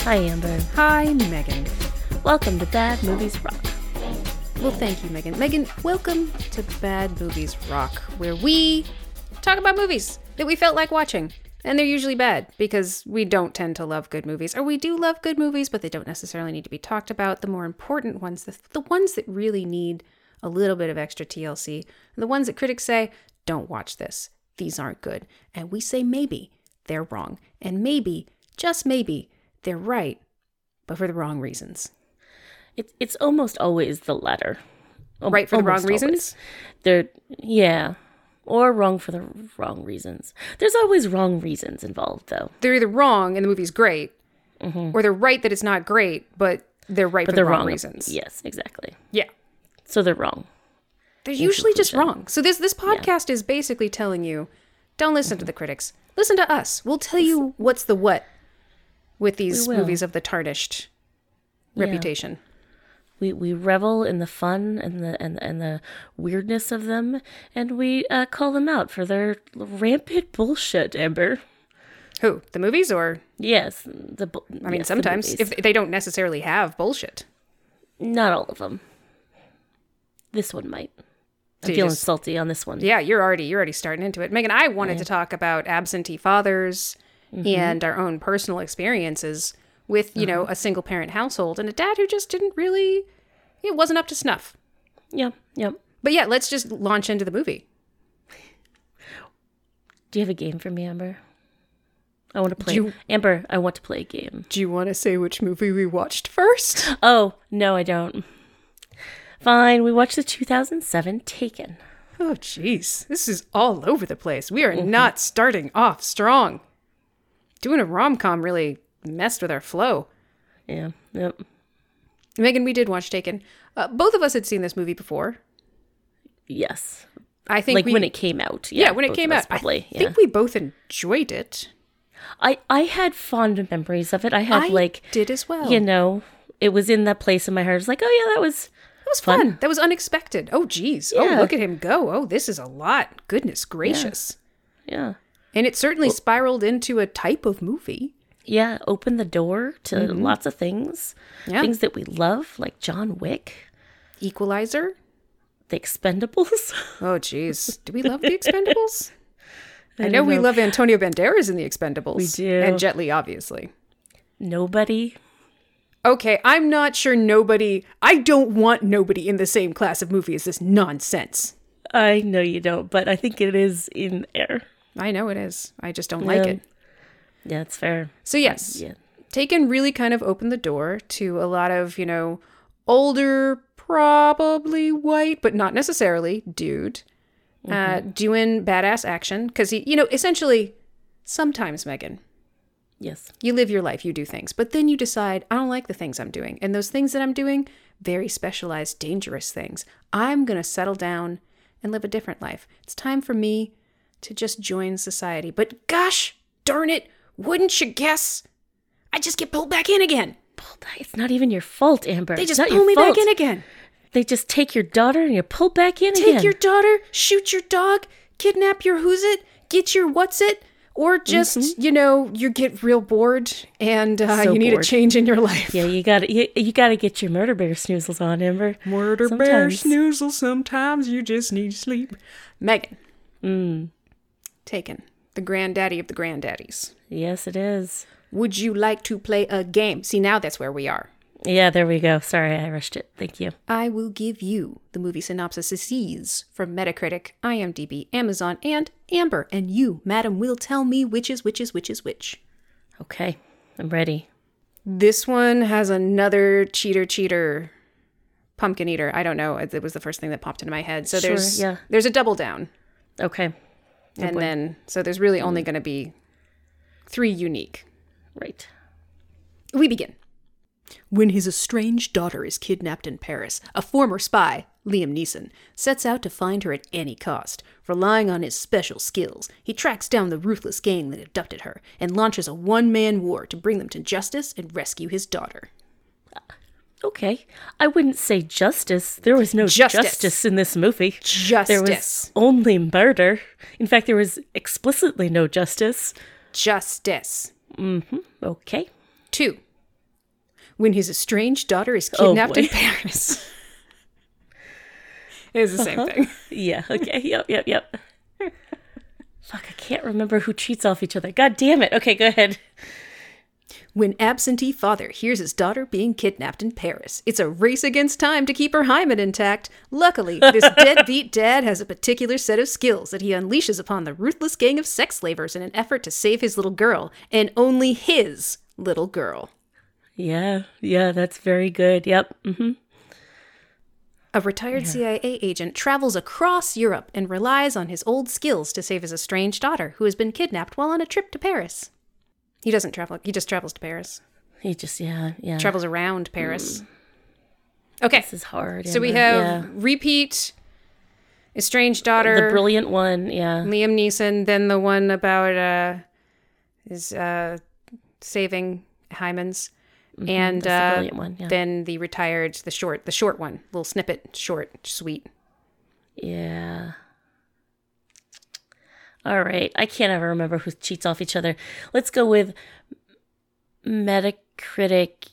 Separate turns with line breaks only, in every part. Hi, Amber.
Hi, Megan.
Welcome to Bad Movies Rock.
Well, thank you, Megan. Megan, welcome to Bad Movies Rock, where we talk about movies that we felt like watching. And they're usually bad because we don't tend to love good movies. Or we do love good movies, but they don't necessarily need to be talked about. The more important ones, the, the ones that really need a little bit of extra TLC, the ones that critics say, don't watch this. These aren't good. And we say, maybe they're wrong. And maybe, just maybe, they're right, but for the wrong reasons.
It's it's almost always the latter. Al-
Right for the wrong
almost
reasons?
always. They're yeah, or wrong for the wrong reasons. There's always wrong reasons involved, though.
they're either wrong and the movie's great,
Mm-hmm.
or they're right that it's not great, but they're right for the wrong, reasons.
Yes, exactly.
Yeah.
So they're wrong.
They're usually just wrong. So this this podcast is basically telling you, don't listen
Mm-hmm.
to the critics. Listen to us. We'll tell you what's the what with these
will.
movies of the tarnished
Yeah.
reputation.
We we revel in the fun and the and and the weirdness of them, and we uh, call them out for their rampant bullshit, Amber.
Who? The movies or
Yes, the. bu-
I mean
yes, the
sometimes
movies.
if they don't necessarily have bullshit.
not all of them. This one might.
So
I'm
you
feeling
just-
salty on this one.
Yeah, you're already you're already starting into it. Megan, I wanted to talk about absentee fathers and our own personal experiences with, you know, a single parent household and a dad who just didn't really it wasn't up to snuff.
Yeah, yeah.
But yeah, let's just launch into the movie.
Do you have a game for me, Amber? I want to play.
you-
Amber, I want to play a game.
Do you want to say which movie we watched first?
Oh, no, I don't. Fine, we watched the 2007 Taken.
Oh jeez. This is all over the place. We are not starting off strong. Doing a rom-com really messed with our flow.
Yeah, yep.
Megan, we did watch Taken. Uh, both of us had seen this movie before.
Yes.
I think
Like
we,
when it came out.
Yeah, when it
both
came
of us
out,
Probably.
I
yeah.
think we both enjoyed it.
I, I had fond memories of it. I had,
I
like,
did as well.
you know, it was in that place in my heart. It's like, oh, yeah, that was.
that was fun. That was unexpected. Oh, geez. Oh,
Yeah.
look at him go. Oh, this is a lot. Goodness gracious.
Yeah.
And it certainly spiraled into a type of movie.
Yeah, opened the door to
Mm-hmm.
lots of things.
Yeah.
Things that we love, like John Wick,
Equalizer.
The Expendables.
Oh, geez. do we love The Expendables? I, know we love Antonio Banderas in The Expendables. We
do.
And Jet Li, obviously.
Nobody.
Okay, I'm not sure nobody. I don't want nobody in the same class of movie as this nonsense.
I know you don't, but I think it is in there.
I know it is. I just don't like
Yeah.
it.
Yeah, it's fair.
So, yes.
Yeah.
Taken really kind of opened the door to a lot of, you know, older, probably white, but not necessarily dude, uh, doing badass action. Because, he, you know, essentially, sometimes, Megan,
Yes.
you live your life, you do things, but then you decide, I don't like the things I'm doing. And those things that I'm doing, very specialized, dangerous things. I'm going to settle down and live a different life. It's time for me to just join society. But gosh darn it, wouldn't you guess? I just get pulled back in again.
Pull back. It's not even your fault, Amber.
They
It's
just
not
pull
your
me
fault.
back in again.
They just take your daughter and you pull back in
Take
again.
your daughter, shoot your dog, kidnap your who's it, get your what's it, or just, you know, you get real bored and uh,
Mm-hmm. So
you need
bored.
a change in your life.
yeah, you got to you, you got to get your murder bear snoozles on, Amber.
Murder bear
Sometimes.
snoozle, sometimes you just need sleep. Megan. Mm. Taken. The granddaddy of the granddaddies.
Yes, it is.
Would you like to play a game? See, now that's where we are.
Yeah, there we go. Sorry, I rushed it. Thank you.
I will give you the movie synopsises from Metacritic, IMDb, Amazon, and Amber, and you, madam, will tell me which is which is which is which.
Okay. I'm ready.
This one has another cheater cheater pumpkin eater. I don't know. It it was the first thing that popped into my head. So
Sure,
there's
yeah.
there's a double down.
Okay.
and then so there's really only going to be three unique.
Right.
We begin. When his estranged daughter is kidnapped in Paris, a former spy, Liam Neeson, sets out to find her at any cost. Relying on his special skills, he tracks down the ruthless gang that abducted her and launches a one man war to bring them to justice and rescue his daughter.
Okay. I wouldn't say justice. There was no
Justice.
justice, in this movie. There
Justice.
was only murder. In fact, there was explicitly no justice.
Justice.
Okay.
Two. Oh, when his estranged daughter is kidnapped
boy.
in Paris. it is the same thing.
Yeah, okay. Yep, yep, yep. Fuck, I can't remember who cheats off each other. God damn it. Okay, go ahead.
When absentee father hears his daughter being kidnapped in Paris, it's a race against time to keep her hymen intact. Luckily, this deadbeat dad has a particular set of skills that he unleashes upon the ruthless gang of sex slavers in an effort to save his little girl, and only his little girl.
Yeah, yeah, that's very good. Yep. hmm
A retired CIA agent travels across Europe and relies on his old skills to save his estranged daughter, who has been kidnapped while on a trip to Paris. He doesn't travel, he just travels to Paris.
He just, yeah, yeah.
Travels around Paris. Okay.
This is hard.
So we
Amber.
have repeat, estranged
yeah.
daughter,
the brilliant one. Yeah.
Liam Neeson, then the one about uh, is uh, saving hymens, and
Mm-hmm, the
uh,
brilliant one. Yeah.
then the retired, the short, the short one, little snippet, short, sweet.
yeah. All right. I can't ever remember who cheats off each other. Let's go with Metacritic,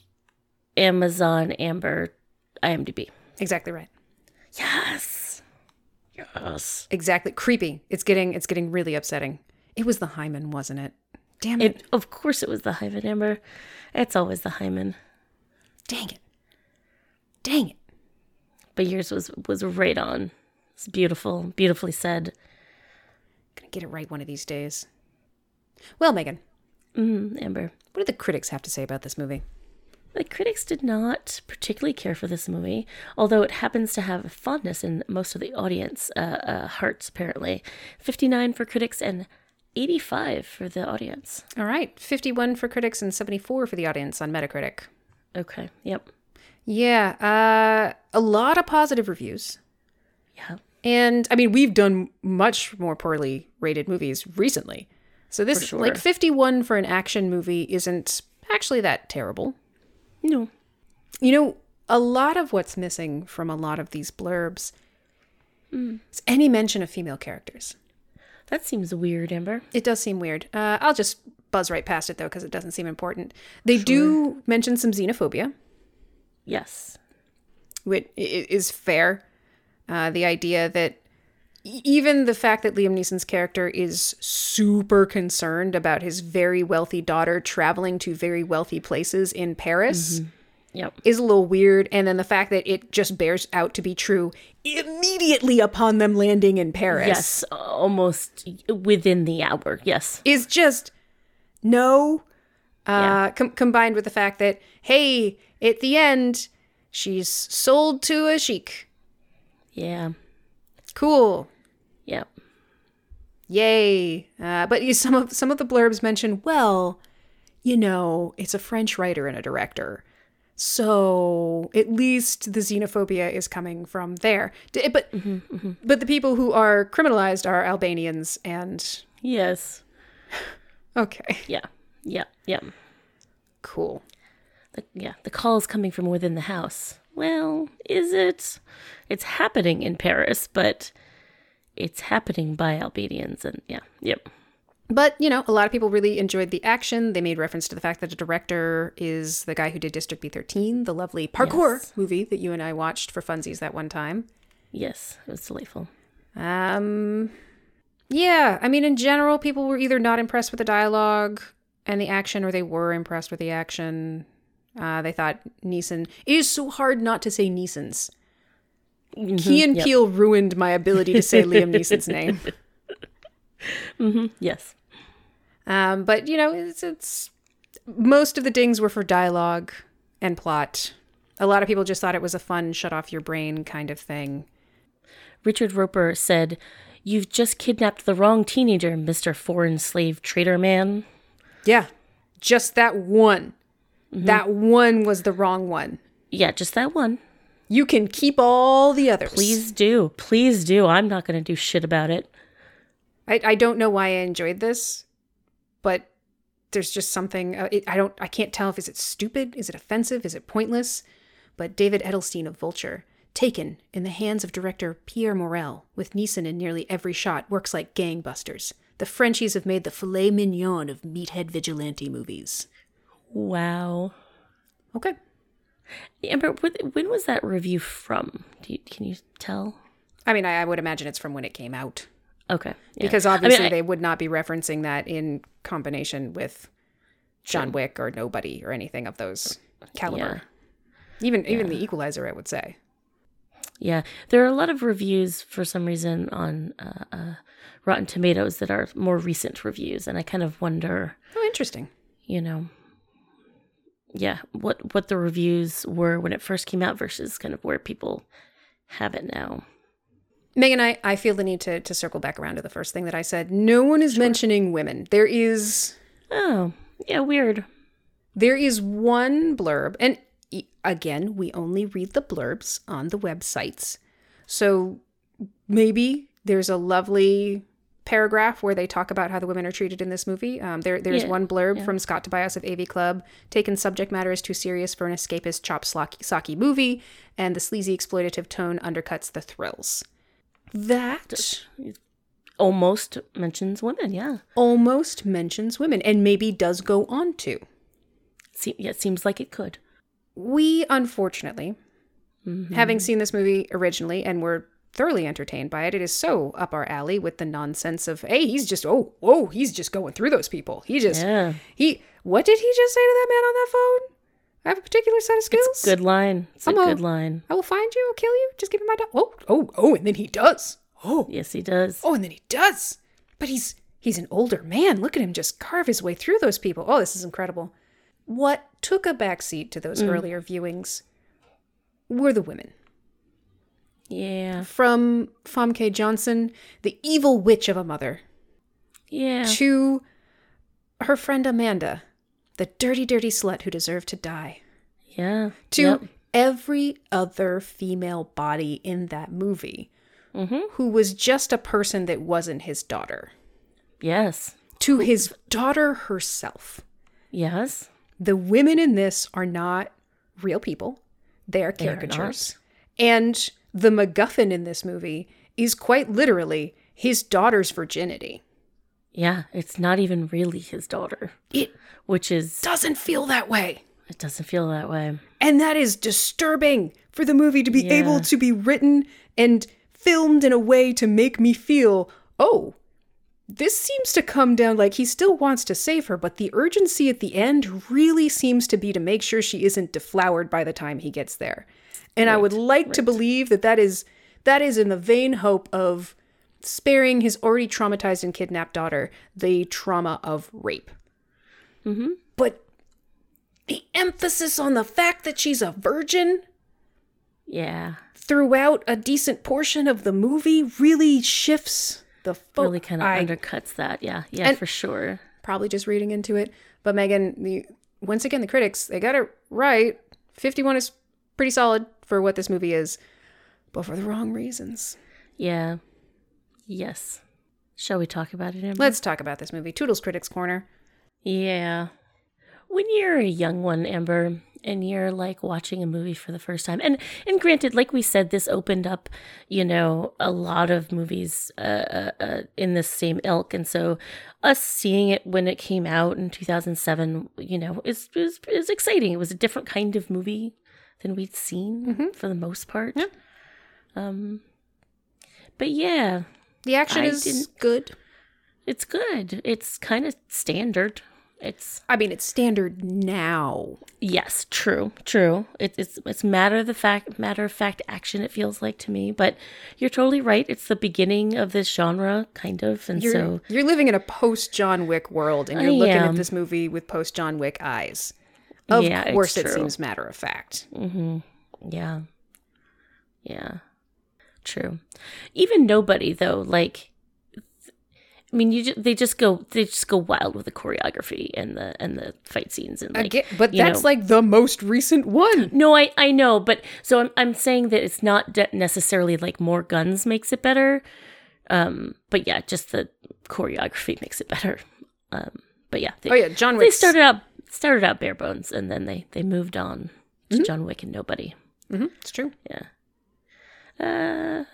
Amazon, Amber, IMDb.
Exactly right.
Yes. Yes.
Exactly. Creepy. It's getting it's getting really upsetting. It was the hymen, wasn't it? Damn it.
It, of course, it was the hymen, Amber. It's always the hymen.
Dang it. Dang it.
But yours was was right on. It's beautiful, beautifully said.
Gonna get it right one of these days. Well, Megan,
Mm, Amber.
what do the critics have to say about this movie?
The critics did not particularly care for this movie, although it happens to have a fondness in most of the audience uh, uh, hearts, apparently. 59 for critics and 85 for the audience.
All right, 51 for critics and 74 for the audience on Metacritic.
Okay, yep.
Yeah, uh, a lot of positive reviews.
Yeah,
And I mean, we've done much more poorly rated movies recently. So this
sure.
like 51 for an action movie isn't actually that terrible.
no.
You know, a lot of what's missing from a lot of these blurbs is any mention of female characters.
That seems weird, Amber.
It does seem weird. Uh, I'll just buzz right past it though, because it doesn't seem important. They do mention some xenophobia.
Yes.
which i- i- is fair. Uh, the idea that e- even the fact that Liam Neeson's character is super concerned about his very wealthy daughter traveling to very wealthy places in Paris
Mm-hmm. Yep.
is a little weird. And then the fact that it just bears out to be true immediately upon them landing in Paris
Yes, almost within the hour. Yes.
is just no. Uh,
Yeah.
com- combined with the fact that, hey, at the end, she's sold to a sheik.
Yeah.
Cool.
Yep.
Yay! Uh, but you, some of some of the blurbs mention, well, you know, it's a French writer and a director, so at least the xenophobia is coming from there. D- But but the people who are criminalized are Albanians, and
Yes.
okay,
Yeah. Yeah. Yeah.
cool.
The, yeah. The call is coming from within the house. Well, is it? It's happening in Paris, but it's happening by Albanians, and yeah. Yep.
But you know, a lot of people really enjoyed the action. They made reference to the fact that the director is the guy who did District B thirteen, the lovely parkour
Yes.
movie that you and I watched for funsies that one time.
Yes. It was delightful.
Um, yeah, I mean, in general, people were either not impressed with the dialogue and the action, or they were impressed with the action. Uh, they thought Neeson. It is so hard not to say Neeson's. Key and Peele ruined my ability to say Liam Neeson's name.
Yes.
Um, but you know, it's, it's most of the dings were for dialogue and plot. A lot of people just thought it was a fun shut off your brain kind of thing.
Richard Roper said, "You've just kidnapped the wrong teenager, Mister Foreign Slave Trader Man."
Yeah, just that one. That one was the wrong one.
Yeah, just that one.
You can keep all the others.
Please do. Please do. I'm not going to do shit about it.
I, I don't know why I enjoyed this, but there's just something uh, it, I don't I can't tell if is it stupid, is it offensive, is it pointless? But David Edelstein of Vulture, taken in the hands of director Pierre Morel, with Neeson in nearly every shot, works like gangbusters. The Frenchies have made the filet mignon of meathead vigilante movies.
Wow.
Okay,
Amber, wh- when was that review from? Do you, can you tell?
I mean, I, I would imagine it's from when it came out
Okay. yeah.
because obviously
I-
they would not be referencing that in combination with John Wick or Nobody or anything of those
Uh,
caliber. Even even the Equalizer, I would say.
Yeah, there are a lot of reviews for some reason on uh, uh, Rotten Tomatoes that are more recent reviews, and I kind of wonder,
Oh, interesting.
you know, yeah, what what the reviews were when it first came out versus kind of where people have it now.
Megan, I, I feel the need to, to circle back around to the first thing that I said. No one is mentioning women. There is
Oh, yeah, weird.
there is one blurb, and e- again, we only read the blurbs on the websites. So maybe there's a lovely paragraph where they talk about how the women are treated in this movie. Um, there, there's
Yeah,
one blurb from Scott Tobias of AV Club: "Taken subject matter is too serious for an escapist chop slocky, socky movie, and the sleazy exploitative tone undercuts the thrills." That
Almost mentions women. Yeah,
almost mentions women, and maybe does go on to.
Se- yeah, it seems like it could.
we unfortunately having seen this movie originally and were thoroughly entertained by it it is so up our alley with the nonsense of hey he's just oh whoa he's just going through those people he just
Yeah,
he what did he just say to that man on that phone i have a particular set of skills
good line. It's a
I'm a-
good line.
i will find you i'll kill you just give me my dog oh oh oh and then he does oh
Yes, he does.
oh and then he does but he's he's an older man look at him just carve his way through those people oh this is incredible what took a backseat to those earlier viewings were the women
Yeah,
from Famke Johnson, the evil witch of a mother,
yeah.
to her friend Amanda, the dirty, dirty slut who deserved to die,
Yeah.
to
Yep.
every other female body in that movie
Mhm.
who was just a person that wasn't his daughter,
Yes.
to his daughter herself.
Yes.
the women in this are not real people. They
are
are
not.
caricatures. and the MacGuffin in this movie is quite literally his daughter's virginity.
Yeah, it's not even really his daughter,
It
which is,
doesn't feel that way.
it doesn't feel that way.
And that is disturbing for the movie to be
Yeah.
able to be written and filmed in a way to make me feel, oh, this seems to come down like he still wants to save her, but the urgency at the end really seems to be to make sure she isn't deflowered by the time he gets there. And I would like to believe that that is that is in the vain hope of sparing his already traumatized and kidnapped daughter the trauma of rape. But the emphasis on the fact that she's a virgin
Yeah,
throughout a decent portion of the movie really shifts the focus.
really kind of undercuts that. Yeah, yeah,
And-
for sure.
probably just reading into it. But Megan, the once again the critics they got it right. Fifty one is pretty solid for what this movie is, but for the wrong reasons.
Yeah. Yes. Shall we talk about it? Amber?
Let's talk about this movie. Toodles Critics Corner.
Yeah. When you're a young one, Amber, and you're like watching a movie for the first time, and and granted, like we said, this opened up, you know, a lot of movies uh, uh, uh, in this same ilk, and so us seeing it when it came out in 2007, you know, is is is exciting. It was a different kind of movie than we'd seen for the most part.
Yeah.
Um. But yeah,
The action
I
is
didn't-
good.
it's good. It's kind of standard. It's
I mean, it's standard now.
Yes, true, true. It, it's it's matter the fact matter of fact action. It feels like to me, but you're totally right. It's the beginning of this genre, kind of, and
You're
so
you're living in a post John Wick world, and you're
I
looking at
am.
this movie with post John Wick eyes. Of
Yeah, it's
course, it
true.
seems matter of fact.
mm-hmm, yeah, yeah, true. Even nobody though, like, I mean, you ju- they just go they just go wild with the choreography and the and the fight scenes and like,
Again, but
you
that's
know-
like the most recent one.
No, I, I know, but so I'm I'm saying that it's not de- necessarily like more guns makes it better. Um, but yeah, just the choreography makes it better. Um, but yeah, they,
Oh yeah, John Wick.
they started out started out bare bones, and then they they moved on to
Mm-hmm.
John Wick and Nobody.
It's true.
Yeah. Uh,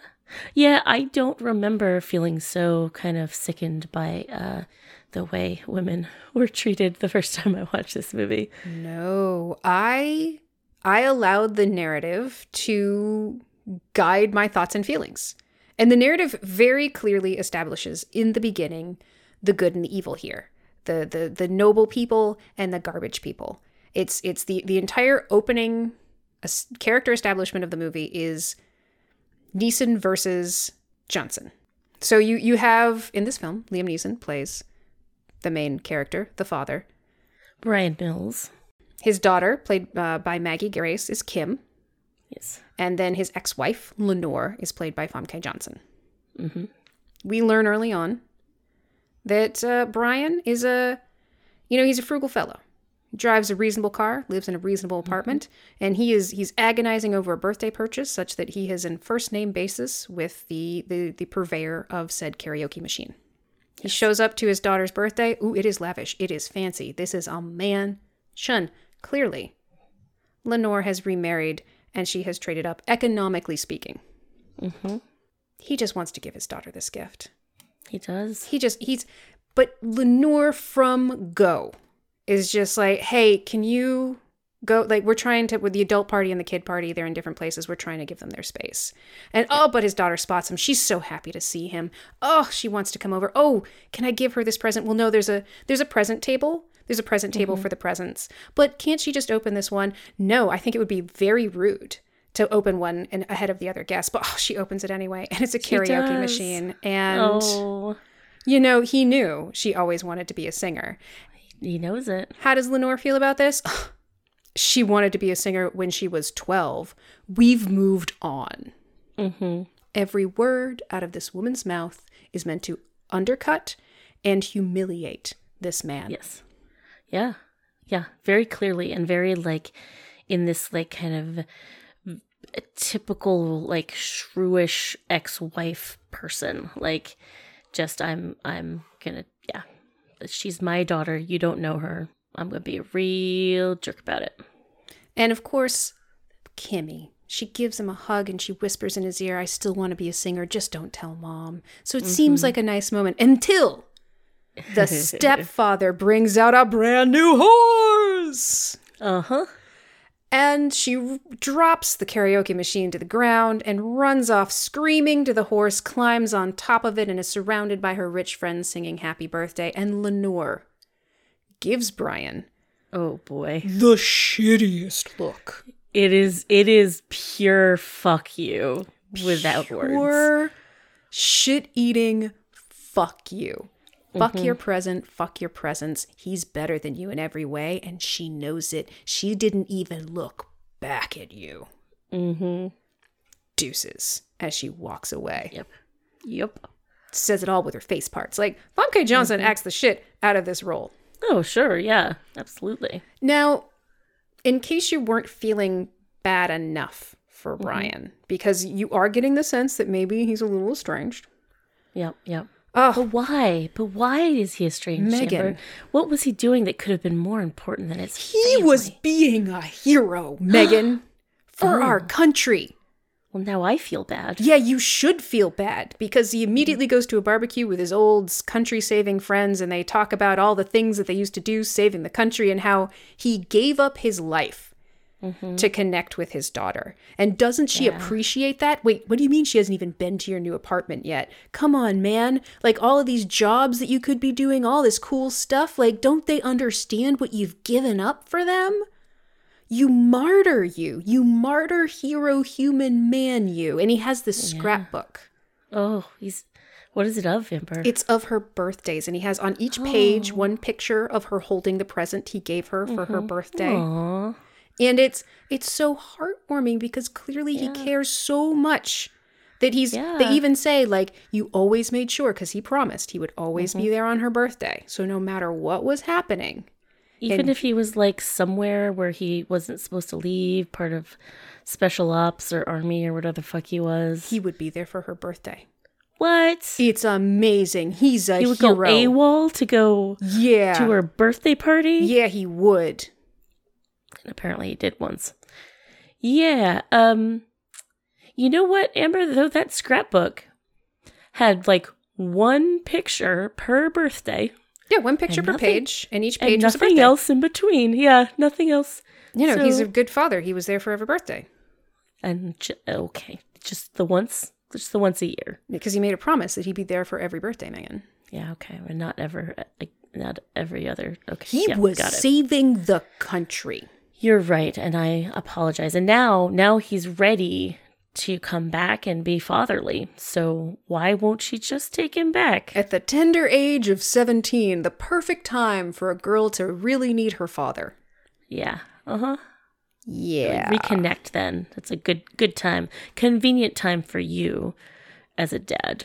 yeah, I don't remember feeling so kind of sickened by uh, the way women were treated the first time I watched this movie.
No, I I allowed the narrative to guide my thoughts and feelings. And the narrative very clearly establishes in the beginning the good and the evil here. The the the noble people and the garbage people. It's it's the the entire opening es- character establishment of the movie is Neeson versus Johnson. So you you have in this film Liam Neeson plays the main character, the father.
Brian Mills.
His daughter, played uh, by Maggie Grace, is Kim,
Yes.
and then his ex-wife Lenore is played by Famke Johnson.
hmm
We learn early on that uh, Brian is a, you know, he's a frugal fellow, drives a reasonable car, lives in a reasonable apartment, and he is he's agonizing over a birthday purchase such that he is in first name basis with the the, the purveyor of said karaoke machine. He shows up to his daughter's birthday. Ooh, it is lavish. It is fancy. This is a man. Shun, clearly. Lenore has remarried and she has traded up economically speaking.
hmm
He just wants to give his daughter this gift.
He does.
He just he's but Lenore from Go is just like, hey, can you go like we're trying to with the adult party and the kid party, they're in different places. We're trying to give them their space. And oh, but his daughter spots him. She's so happy to see him. Oh, she wants to come over. Oh, can I give her this present? Well, no, there's a there's a present table. There's a present table
Mm-hmm.
for the presents. But can't she just open this one? No, I think it would be very rude to open one and ahead of the other guests. But oh, she opens it anyway. And it's a karaoke
does.
machine. And
Oh,
you know, he knew she always wanted to be a singer.
he knows it.
How does Lenore feel about this? she wanted to be a singer when she was 12. We've moved on.
hmm
Every word out of this woman's mouth is meant to undercut and humiliate this man.
Yes. Yeah. Yeah. Very clearly and very like in this like kind of typical like shrewish ex-wife person. Like just I'm I'm gonna yeah. She's my daughter. You don't know her. I'm gonna be a real jerk about it.
And of course, Kimmy. She gives him a hug and she whispers in his ear, I still want to be a singer, just don't tell mom. So it seems like a nice moment until the stepfather brings out a brand new horse.
Uh-huh.
And she r- drops the karaoke machine to the ground and runs off screaming to the horse, climbs on top of it, and is surrounded by her rich friends singing happy birthday. And Lenore gives Brian
Oh boy.
the shittiest look.
It is it is pure fuck you without words.
Or shit eating fuck you. Fuck your present, fuck your presence. He's better than you in every way, and she knows it. She didn't even look back at you.
Mm-hmm.
Deuces as she walks away.
Yep. Yep.
Says it all with her face parts. Like, Famke Johnson acts the shit out of this role.
Oh sure, yeah. Absolutely.
Now, in case you weren't feeling bad enough for Brian, because you are getting the sense that maybe he's a little estranged.
Yep, yep.
Oh,
But why? But why is he estranged?
Megan.
Amber? What was he doing that could have been more important than his?
He was being a hero, Megan, for our country.
Well, now I feel bad.
Yeah, you should feel bad because he immediately goes to a barbecue with his old country saving friends and they talk about all the things that they used to do saving the country and how he gave up his life to connect with his daughter. And doesn't she appreciate that? Wait, what do you mean she hasn't even been to your new apartment yet? Come on, man. Like all of these jobs that you could be doing, all this cool stuff, like don't they understand what you've given up for them? You martyr you. You martyr hero human man you. And he has this scrapbook.
Oh, he's. What is it of Amber?
It's of her birthdays and he has on each
Oh.
page one picture of her holding the present he gave her for
Mm-hmm.
her birthday.
Aw.
And it's it's so heartwarming because clearly he cares so much that he's they
Yeah.
even say like you always made sure cuz he promised he would always
Mm-hmm.
be there on her birthday. So no matter what was happening,
Even if he was like somewhere where he wasn't supposed to leave, part of special ops or army or whatever the fuck he was.
he would be there for her birthday.
what? He,
It's amazing. He's a
would
hero.
go AWOL to go
yeah.
to her birthday party.
Yeah, he would.
And apparently he did once. Yeah. Um you know what, Amber, though that scrapbook had like one picture per birthday
Yeah, one picture
And
per
nothing-
page, and each
and
page was a
nothing
birthday.
else in between. Yeah, nothing else.
You know, he's
So-
a good father. He was there for every birthday
And j- okay, just the once, just the once a year.
because he made a promise that he'd be there for every birthday, Megan.
Yeah, okay. We're not ever, like, not every other. Okay,
He
yeah,
was
got it.
saving the country.
You're right, and I apologize. And now, now he's ready to come back and be fatherly. So why won't she just take him back?
At the tender age of 17, the perfect time for a girl to really need her father.
Yeah. Uh huh.
Yeah.
Reconnect then. That's a good good time. Convenient time for you as a dad.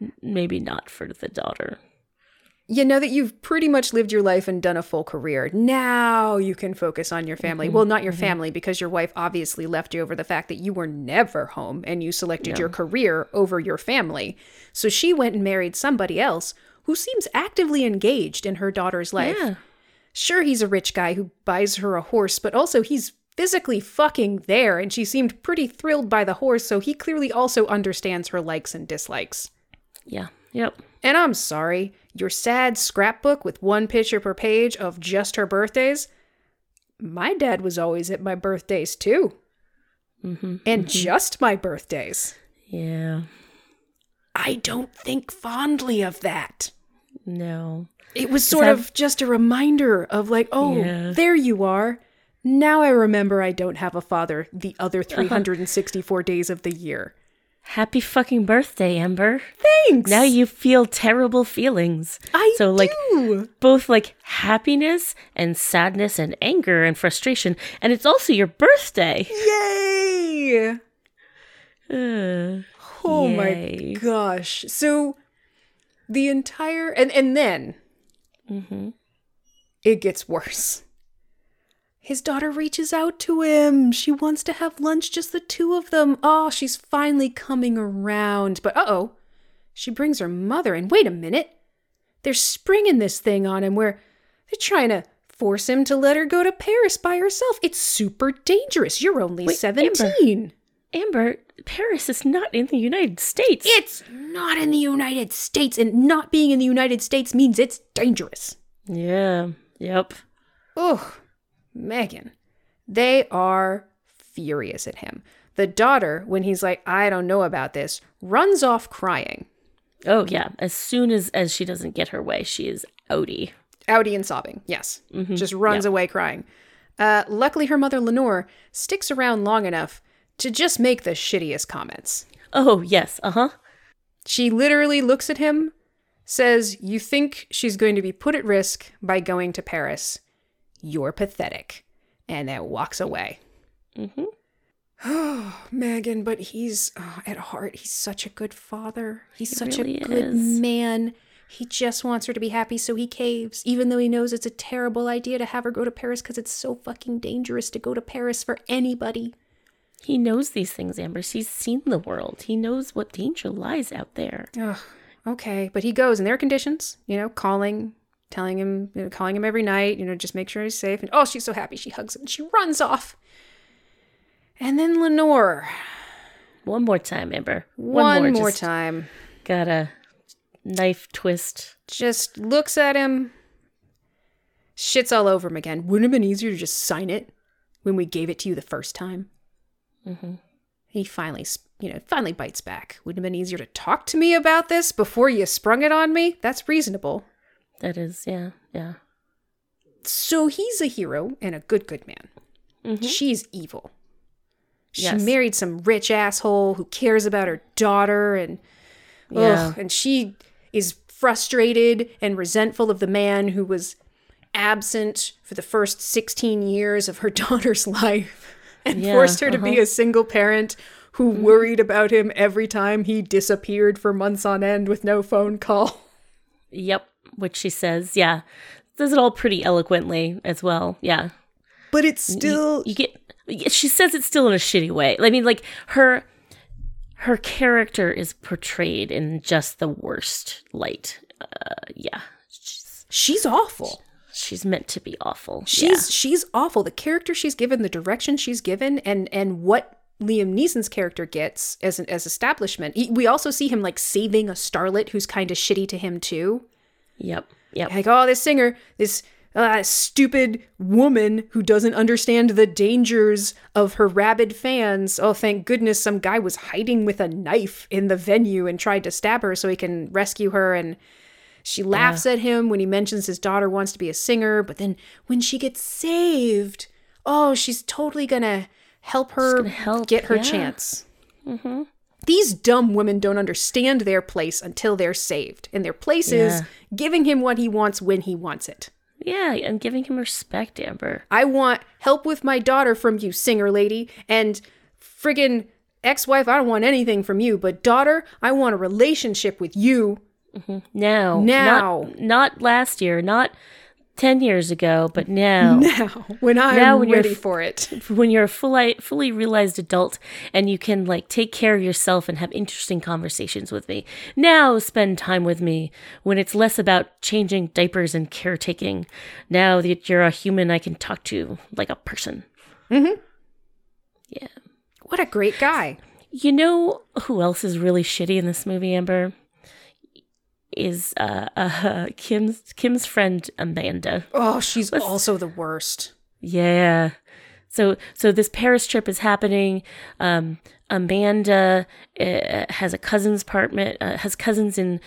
M- Maybe not for the daughter.
You know that you've pretty much lived your life and done a full career. Now you can focus on your family. Well, not your family because your wife obviously left you over the fact that you were never home and you selected your career over your family. So she went and married somebody else who seems actively engaged in her daughter's life.
Yeah.
Sure, he's a rich guy who buys her a horse, but also he's physically fucking there, and she seemed pretty thrilled by the horse, so he clearly also understands her likes and dislikes.
Yeah. Yep.
And I'm sorry, your sad scrapbook with one picture per page of just her birthdays? My dad was always at my birthdays too.
Mm-hmm.
And just my birthdays.
Yeah.
I don't think fondly of that.
No.
It was sort
that-
of just a reminder of like, oh,
Yeah.
there you are. Now I remember I don't have a father the other 364 days of the year.
Happy fucking birthday, Ember.
Thanks.
Now you feel terrible feelings.
I
so like
do.
both like happiness and sadness and anger and frustration and it's also your birthday.
Yay!
Ugh.
Oh
Yay.
my gosh. So the entire and and then
Mhm.
it gets worse. His daughter reaches out to him. She wants to have lunch just the two of them. Oh, she's finally coming around. But uh-oh. She brings her mother and wait a minute. They're springing this thing on him where they're trying to force him to let her go to Paris by herself. It's super dangerous. You're only
Wait, Amber.
17.
Amber, Paris is not in the United States.
It's not in the United States, and not being in the United States means it's dangerous.
yeah. Yep.
Ugh, Megan. They are furious at him. The daughter, when he's like, I don't know about this, runs off crying,
Oh yeah. As soon as as she doesn't get her way, she is outie.
outie and sobbing. Yes, just runs away crying. Uh, luckily, her mother, Lenore, sticks around long enough to just make the shittiest comments.
Oh yes. Uh huh.
She literally looks at him, says, You think she's going to be put at risk by going to Paris. You're pathetic. And then walks away.
Mm-hmm.
Oh, Megan, but he's oh, at heart, he's such a good father. He's
He
such
really
a good
is.
man. He just wants her to be happy, so he caves, even though he knows it's a terrible idea to have her go to Paris because it's so fucking dangerous to go to Paris for anybody.
He knows these things, Amber. He's seen the world. He knows what danger lies out there.
Ugh, okay. But he goes in their conditions, you know, calling, telling him, you know, calling him every night, you know, just make sure he's safe. And oh, she's so happy. She hugs him. She runs off. And then Lenore,
One more time, Amber.
one, more,
just
time,
Got a knife twist.
just looks at him. Shit's all over him again. Wouldn't it have been easier to just sign it when we gave it to you the first time?
Mm-hmm.
He finally, s- you know, finally bites back. Wouldn't it have been easier to talk to me about this before you sprung it on me? That's reasonable.
That is, yeah, yeah.
So he's a hero and a good, good man.
Mhm.
She's evil. She
Yes.
married some rich asshole who cares about her daughter and
Yeah.
ugh, and she is frustrated and resentful of the man who was absent for the first 16 years of her daughter's life and
Yeah,
forced her to be
uh-huh. Mm-hmm.
a single parent who worried about him every time he disappeared for months on end with no phone call.
Yep. Which she says, yeah. Does it all pretty eloquently as well. Yeah.
But it's
you-
still
you, get she says it still in a shitty way i mean like her her character is portrayed in just the worst light uh yeah she's,
she's awful.
she's meant to be awful
she's she's awful the character she's given the direction she's given and and what liam neeson's character gets as an as establishment He- we also see him like saving a starlet who's kind of shitty to him too
yeah. yep yep
like oh this singer this uh, stupid woman who doesn't understand the dangers of her rabid fans. Oh, thank goodness some guy was hiding with a knife in the venue and tried to stab her so he can rescue her. And she laughs at him when he mentions his daughter wants to be a singer. But then when she gets saved, oh, she's totally gonna help her
gonna help,
get her
yeah.
chance. These dumb women don't understand their place until they're saved, and their place is
Yeah.
giving him what he wants when he wants it.
Yeah, I'm giving him respect, Amber.
I want help with my daughter from you, singer lady, and friggin' ex wife, I don't want anything from you, but daughter, I want a relationship with you.
Now, not-
Now.
not, last year, not ten years ago, but now,
Now, when I'm
Now when you're
ready
f-
for it.
when you're a fully fully realized adult and you can like take care of yourself and have interesting conversations with me. Now, spend time with me when it's less about changing diapers and caretaking. Now that you're a human, I can talk to like a person.
What a great guy.
You know who else is really shitty in this movie, Amber? Is uh, uh Kim's Kim's friend Amanda.
Oh, she's also the worst.
Yeah. So so this Paris trip is happening. Um, Amanda uh, has a cousin's apartment. Uh, has cousins in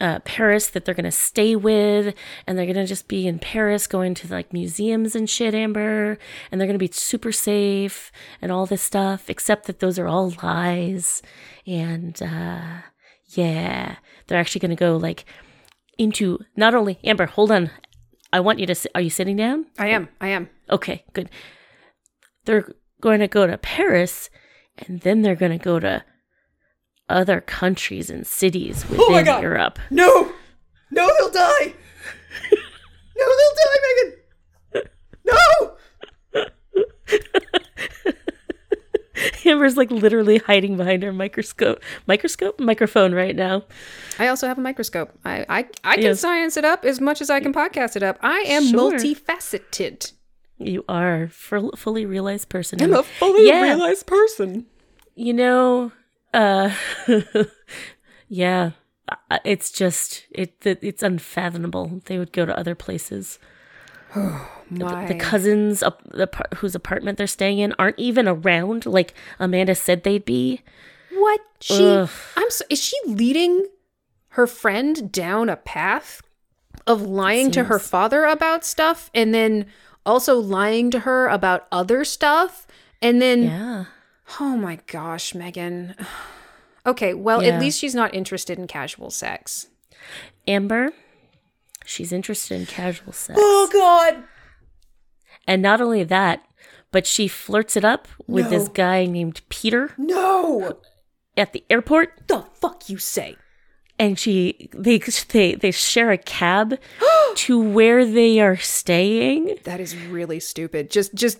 uh, Paris that they're gonna stay with, and they're gonna just be in Paris, going to like museums and shit, Amber. And they're gonna be super safe and all this stuff. Except that those are all lies. And uh, yeah, they're actually gonna go like into not only Amber. Hold on, I want you to. sit- Are you sitting down?
I am. I am.
Okay, good. They're going to go to Paris and then they're going to go to other countries and cities within
Oh my God.
Europe.
No! No, they'll die! No, they'll die, Megan! No!
Amber's like literally hiding behind her microscope, microscope, microphone right now.
I also have a microscope. I, I, I can
Yes.
science it up as much as I can podcast it up. I am
Sure.
multifaceted.
You are a full, fully realized person.
I'm
Amber.
a fully
Yeah.
realized person.
you know, uh, yeah, I- it's just it. It's unfathomable. They would go to other places.
My.
the cousins up the par- whose apartment they're staying in aren't even around like amanda said they'd be
what she?
Ugh.
I'm. So, is she leading her friend down a path of lying to her father about stuff, and then also lying to her about other stuff, and then
yeah
oh my gosh, Megan. okay, well
Yeah.
at least she's not interested in casual sex.
amber she's interested in casual sex
Oh God.
and not only that but she flirts it up with this
No.
guy named peter
No.
at the airport
The fuck you say?
and she they they, they share a cab to where they are staying
That is really stupid. Just just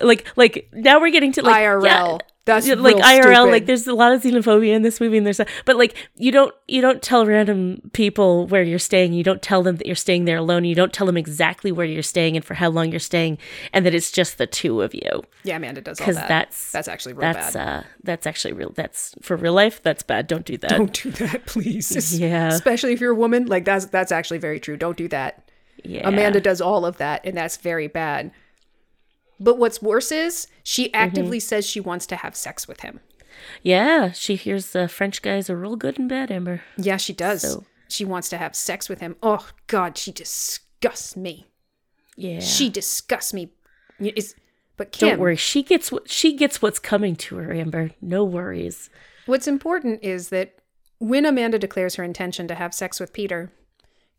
like like now we're getting to like
IRL.
yeah,
That's
yeah, like
real
IRL. Like
stupid.
there's a lot of xenophobia in this movie, and there's a, but like you don't you don't tell random people where you're staying. You don't tell them that you're staying there alone. You don't tell them exactly where you're staying and for how long you're staying, and that it's just the two of you.
Yeah, Amanda does all
Because
that.
that's
that's actually real
that's
bad.
uh that's actually real. That's for real life. That's bad. Don't do that.
Don't do that, please.
Yeah.
Especially if you're a woman, like that's that's actually very true. Don't do that.
yeah,
Amanda does all of that and that's very bad. But what's worse is she
Mm-hmm.
actively says she wants to have sex with him.
Yeah, she hears the French guys are real good in bed. Amber.
Yeah, she does.
So-
She wants to have sex with him. Oh god, she disgusts me.
Yeah.
She disgusts me. Is but Kim,
don't worry. She gets what she gets. What's coming to her, Amber? No worries.
What's important is that when Amanda declares her intention to have sex with Peter,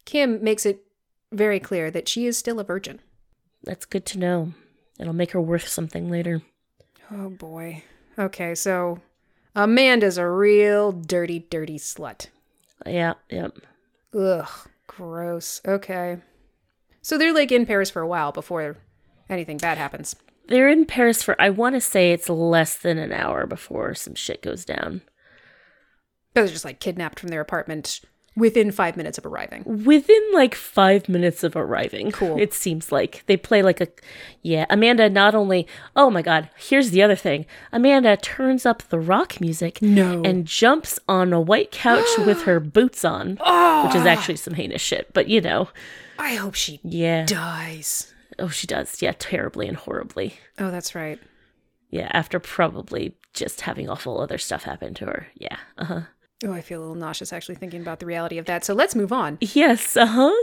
Kim makes it very clear that she is still a virgin.
That's good to know. It'll make her worth something later.
Oh boy. Okay, so Amanda's a real dirty, dirty slut.
Yeah, yeah.
Ugh, gross. Okay. So they're like in Paris for a while before anything bad happens.
They're in Paris for I want to say it's less than an hour before some shit goes down.
But they're just like kidnapped from their apartment, within five minutes of arriving.
within like five minutes of arriving.
Cool.
It seems like they play like a. Yeah, Amanda not only. Oh my God, here's the other thing. Amanda turns up the rock music
No.
and jumps on a white couch with her boots on, which
Ah.
is actually some heinous shit, but you know.
I hope she
Yeah.
dies.
Oh, she does. Yeah, terribly and horribly.
Oh, that's right.
Yeah, after probably just having awful other stuff happen to her. Yeah. Uh huh.
Oh, I feel a little nauseous actually thinking about the reality of that. So let's move on.
Yes. Uh huh.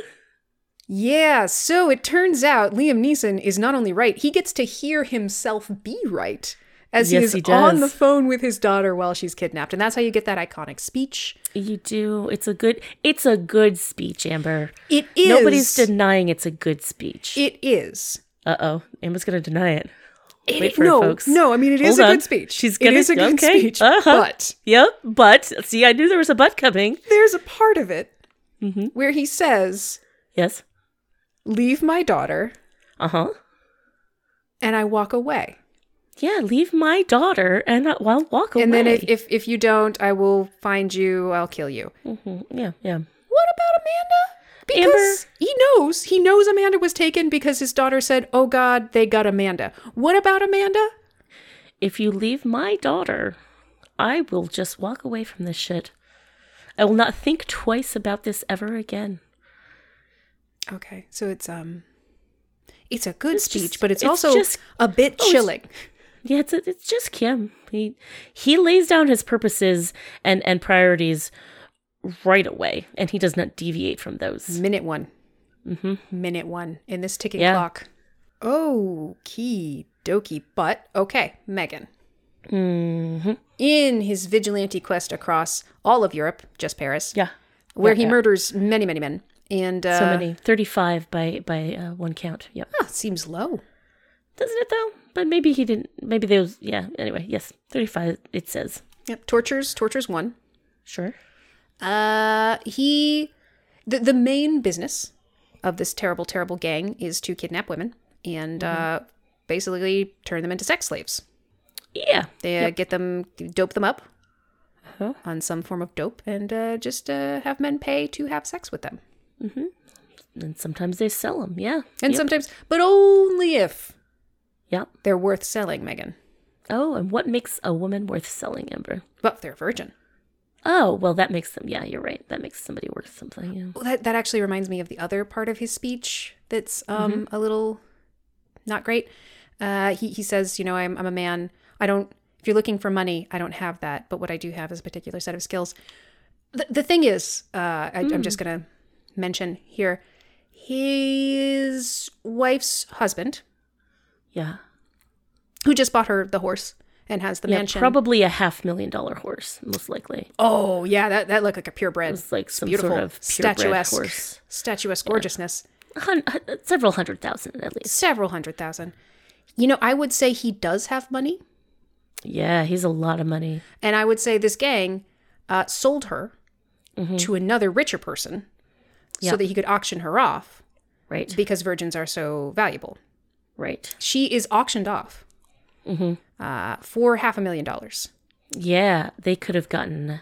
Yeah, so it turns out Liam Neeson is not only right, he gets to hear himself be right as he
Yes,
is
he does.
on the phone with his daughter while she's kidnapped. And that's how you get that iconic speech.
You do. It's a good. It's a good speech, Amber.
It is.
Nobody's denying it's a good speech.
It is.
Uh oh, Amber's gonna deny it.
It-
Wait for it,
no,
folks.
No, I mean, it is
Hold
a
on.
good speech.
She's
it
gonna-
is a good
okay,
speech.
uh-huh.
But
Yep, but see, I knew there was a but coming.
there's a part of it
Mhm.
where he says,
Yes.
Leave my daughter,
Uh huh.
and I walk away.
Yeah, leave my daughter and uh, well walk away.
And then if, if, if you don't, I will find you, I'll kill you.
Mhm, yeah, yeah.
What about Amanda? Because he knows. He knows Amanda was taken because his daughter said, Oh God, they got Amanda. What about Amanda?
If you leave my daughter, I will just walk away from this shit. I will not think twice about this ever again.
Okay, so it's um it's a good
It's
speech,
just-
but it's, oh,
it's
also
just-
a bit
it's-
chilling.
Yeah, it's it's just Kim. He he lays down his purposes and and priorities right away, and he does not deviate from those.
Minute one. Mm-hmm. Minute one in this ticking
Yeah.
clock. Oh, key dokie. But okay, Megan. Mm-hmm.
hmm
In his vigilante quest across all of Europe, just Paris,
Yeah.
where
yeah,
he
yeah.
murders many, many men, and uh,
So many, thirty-five by by uh, one count. Yep,
huh, seems low.
doesn't it though? But maybe he didn't. Maybe those. Yeah. Anyway, yes, thirty-five. It says.
Yep, tortures, tortures one.
Sure.
Uh, he, the, the main business of this terrible, terrible gang is to kidnap women and uh, basically turn them into sex slaves.
Yeah.
They uh, get them, dope them up
Uh-huh.
on some form of dope, and uh, just uh, have men pay to have sex with them.
And sometimes they sell them. Yeah.
And sometimes, but only if
Yep.
they're worth selling, Megan.
Oh, and what makes a woman worth selling, Amber?
But they're a virgin.
Oh, well, that makes them. Yeah, you're right. That makes somebody worth something. Yeah.
Well, that that actually reminds me of the other part of his speech that's um a little not great. Uh, he he says, you know, I'm I'm a man. I don't. If you're looking for money, I don't have that. But what I do have is a particular set of skills. The the thing is, uh, I, I'm just gonna mention here, his wife's husband,
Yeah.
who just bought her the horse and has the
Yeah,
mansion.
Probably a half million dollar horse, most likely.
oh yeah, that that looked like a purebred,
It's like some
beautiful,
sort of purebred
statuesque,
horse.
statuesque gorgeousness.
Hun- hun- several hundred thousand at least.
several hundred thousand. You know, I would say he does have money,
Yeah, he's a lot of money.
and I would say this gang uh, sold her
Mm-hmm.
to another richer person
Yeah.
so that he could auction her off
Right.
because virgins are so valuable.
Right.
She is auctioned off
Mm-hmm.
uh, for half a million dollars.
Yeah, they could have gotten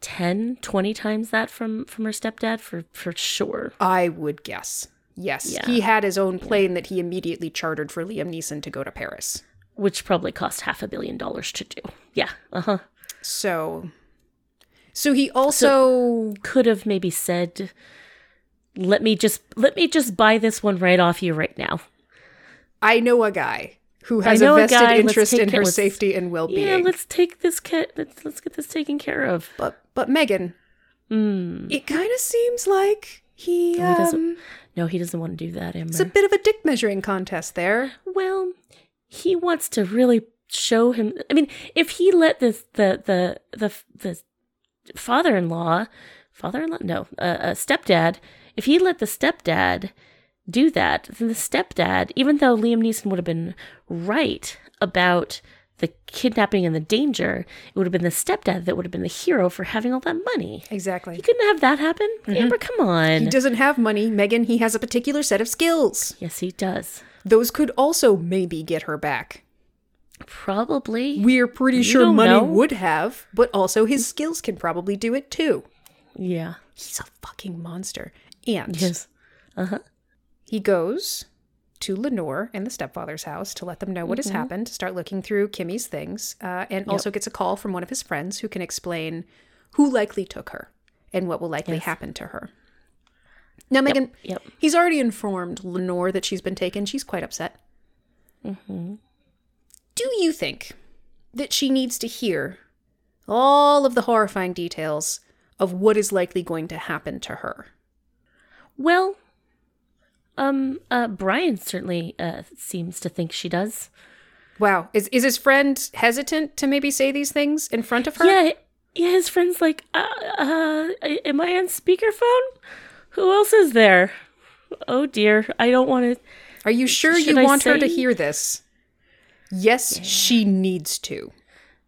10, 20 times that from from her stepdad for for sure.
I would guess. Yes,
Yeah.
he had his own plane that he immediately chartered for Liam Neeson to go to Paris.
Which probably cost half a billion dollars to do. Yeah. Uh-huh.
So, so he also
Could have maybe said let me just let me just buy this one right off you right now.
I know a guy who has
know
a
a
vested
guy, let's
interest
take
in
care-
her
let's-
safety and well-being.
Yeah, let's take this cat let's, let's get this taken care of. Hmm.
but but Megan, it kind of seems like he,
No, Oh, he doesn't-
um,
No, he doesn't want to do that, Amber.
it's a bit of a dick measuring contest there.
Well, he wants to really show him. I mean, if he let this the the the the father-in-law, father-in-law, no, uh, uh, stepdad. If he let the stepdad do that, then the stepdad, even though Liam Neeson would have been right about the kidnapping and the danger, it would have been the stepdad that would have been the hero for having all that money. He
Exactly.
couldn't have that happen. Amber, come on.
He doesn't have money, Megan. He has a particular set of skills.
yes, he does.
Those could also maybe get her back.
Probably.
We're pretty
You
sure
don't
money
know.
would have, but also his skills can probably do it too.
Yeah.
He's a fucking monster. And
Yes. Uh huh.
he goes to Lenore and the stepfather's house to let them know what
Mm-hmm.
has happened, start looking through Kimmy's things, uh, and also gets a call from one of his friends who can explain who likely took her and what will likely happen to her. Now, Megan,
Yep.
he's already informed Lenore that she's been taken. She's quite upset.
Mm-hmm.
Do you think that she needs to hear all of the horrifying details of what is likely going to happen to her?
Well, um, uh, Brian certainly uh, seems to think she does.
Wow. Is is his friend hesitant to maybe say these things in front of her?
Yeah, yeah. His friend's like, uh, uh, am I on speakerphone? Who else is there? Oh dear, I don't want to.
Are you sure you
Should I
want her to
say?
hear this? Yes, she needs to.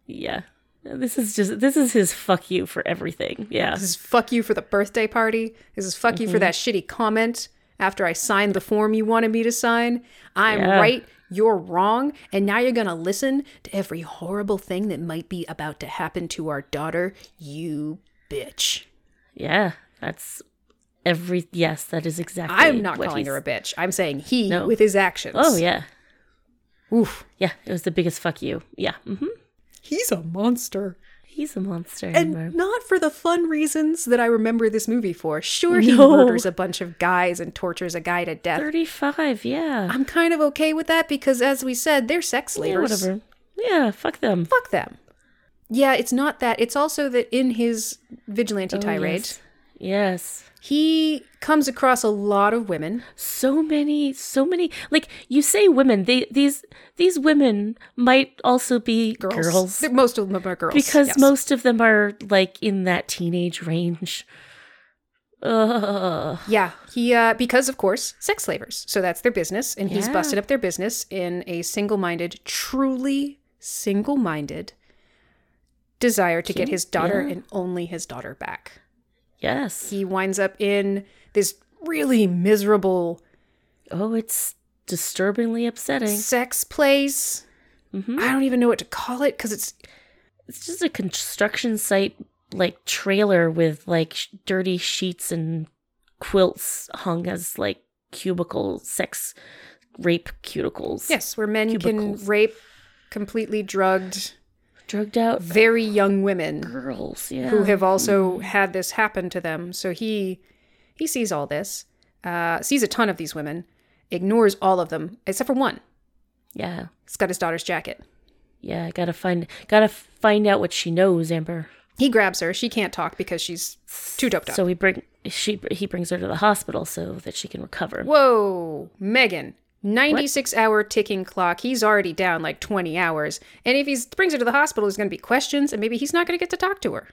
Yeah, this is just this is his fuck you for everything. Yeah,
This is fuck you for the birthday party. This is fuck you
Mm-hmm.
for that shitty comment after I signed the form you wanted me to sign. I'm
Yeah.
right, you're wrong, and now you're going to listen to every horrible thing that might be about to happen to our daughter, you bitch.
yeah. That's every yes. That is exactly.
I'm not
what
calling
he's-
her a bitch. I'm saying he
No.
with his actions.
Oh yeah,
Oof.
yeah. It was the biggest fuck you. Yeah. hmm
He's a monster.
He's a monster.
And not for the fun reasons that I remember this movie for. Sure, he
No.
murders a bunch of guys and tortures a guy to death.
Thirty-five. Yeah.
I'm kind of okay with that because, as we said, they're sex
Yeah,
slavers.
whatever. Yeah, fuck them.
Fuck them. Yeah, it's not that. It's also that in his vigilante tirade,
Oh, Yes. Yes.
he comes across a lot of women.
So many, so many. Like you say, women. They these these women might also be girls,
They're- Most of them are girls.
because
yes.
most of them are like in that teenage range. Ugh.
Yeah, he uh, because of course sex slavers, so that's their business, and he's
Yeah.
busted up their business in a single-minded, truly single-minded desire to get his daughter
yeah.
and only his daughter back.
Yes.
He winds up in this really miserable
Oh, it's disturbingly upsetting.
sex place.
Mhm.
I don't even know what to call it because it's
It's just a construction site like trailer with like sh- dirty sheets and quilts hung as like cubicle sex rape cuticles.
yes, where men
Cubicles.
can rape completely drugged,
drugged out
very young women.
girls. Yeah.
who have also had this happen to them. So he he sees all this, uh, sees a ton of these women, ignores all of them except for one.
yeah.
He's got his daughter's jacket.
Yeah, gotta find gotta find out what she knows, Amber.
He grabs her. She can't talk because she's too doped up.
So we bring she he brings her to the hospital so that she can recover.
Whoa, Megan. 96 hour ticking clock. He's already down like 20 hours. And if he brings her to the hospital, there's going to be questions, and maybe he's not going to get to talk to her.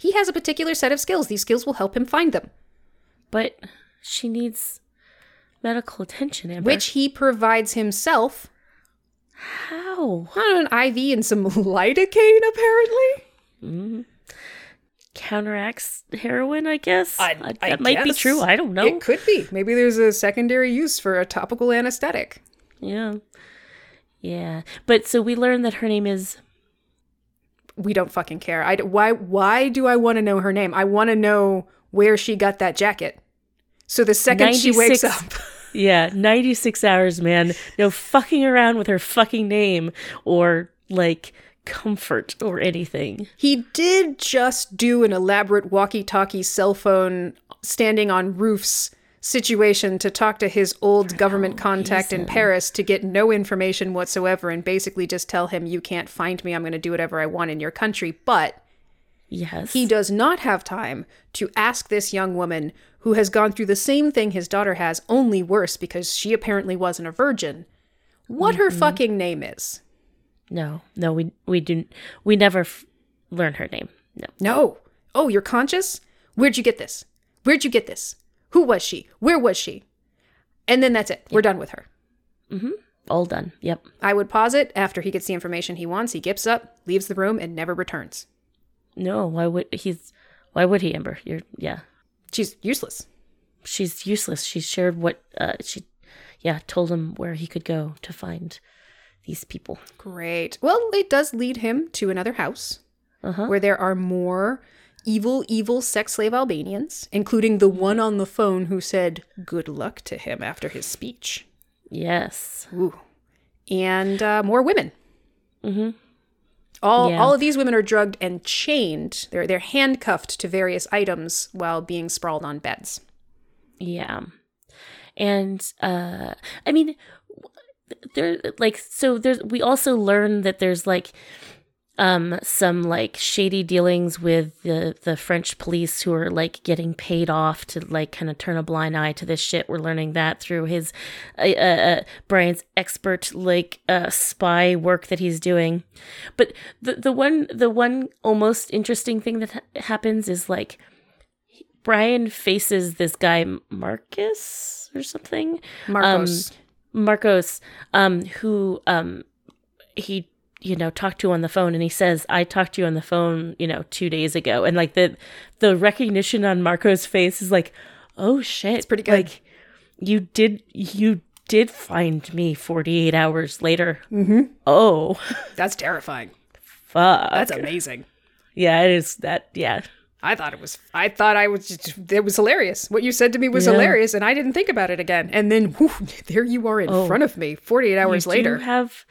He has a particular set of skills. These skills will help him find them,
But she needs medical attention, Amber.
which he provides himself
how?
on an IV and some lidocaine, apparently.
Counteracts heroin, I guess.
I-
Uh, that
I
might be
guess.
true. I don't know.
It could be. Maybe there's a secondary use for a topical anesthetic.
yeah. Yeah. But so we learn that her name is
We don't fucking care. I d- why why do I want to know her name? I want to know where she got that jacket. So the second she wakes
96
up,
Yeah, 96 hours, man. No fucking around with her fucking name or like comfort or anything.
he did just do an elaborate walkie-talkie cell phone standing on roofs situation to talk to his old government contact in Paris to get no information whatsoever and basically just tell him you can't find me. I'm going to do whatever I want in your country, but
Yes.
He does not have time to ask this young woman who has gone through the same thing his daughter has, only worse because she apparently wasn't a virgin, what her fucking name is.
no, no, we we do we never f- learn her name. No.
No. Oh, you're conscious? Where'd you get this? Where'd you get this? Who was she? Where was she? And then that's it. We're done with her.
All done. Yep.
I would pause it after he gets the information he wants. He gives up, leaves the room, and never returns.
No, why would he's why would he, Amber? You're yeah.
She's useless.
She's useless. She shared what uh she yeah, told him where he could go to find these people.
Great. Well, it does lead him to another house
Uh-huh.
where there are more evil, evil sex slave Albanians, including the one on the phone who said good luck to him after his speech.
Yes.
Ooh. And uh, more women. All,
Mm-hmm. Yeah.
all of these women are drugged and chained. They're, they're handcuffed to various items while being sprawled on beds.
Yeah. And uh I mean w- there like so there's we also learn that there's like um some like shady dealings with the the French police who are like getting paid off to like kind of turn a blind eye to this shit. We're learning that through his uh, uh, uh Brian's expert like uh spy work that he's doing. But the the one the one almost interesting thing that ha- happens is like Brian faces this guy Marcus or something.
Marcos.
Marcos, um, who um, he you know talked to on the phone, and he says, "I talked to you on the phone, you know, two days ago," and like the the recognition on Marco's face is like, "Oh shit, it's
pretty good.
Like you did you did find me forty eight hours later.
Mm-hmm.
Oh
That's terrifying.
fuck,
That's amazing.
yeah, it is that yeah."
I thought it was. I thought I was. Just, it was hilarious. What you said to me was
Yeah.
hilarious, and I didn't think about it again. And then, whew, there you are in front of me, forty-eight hours
Oh. You do
later.
have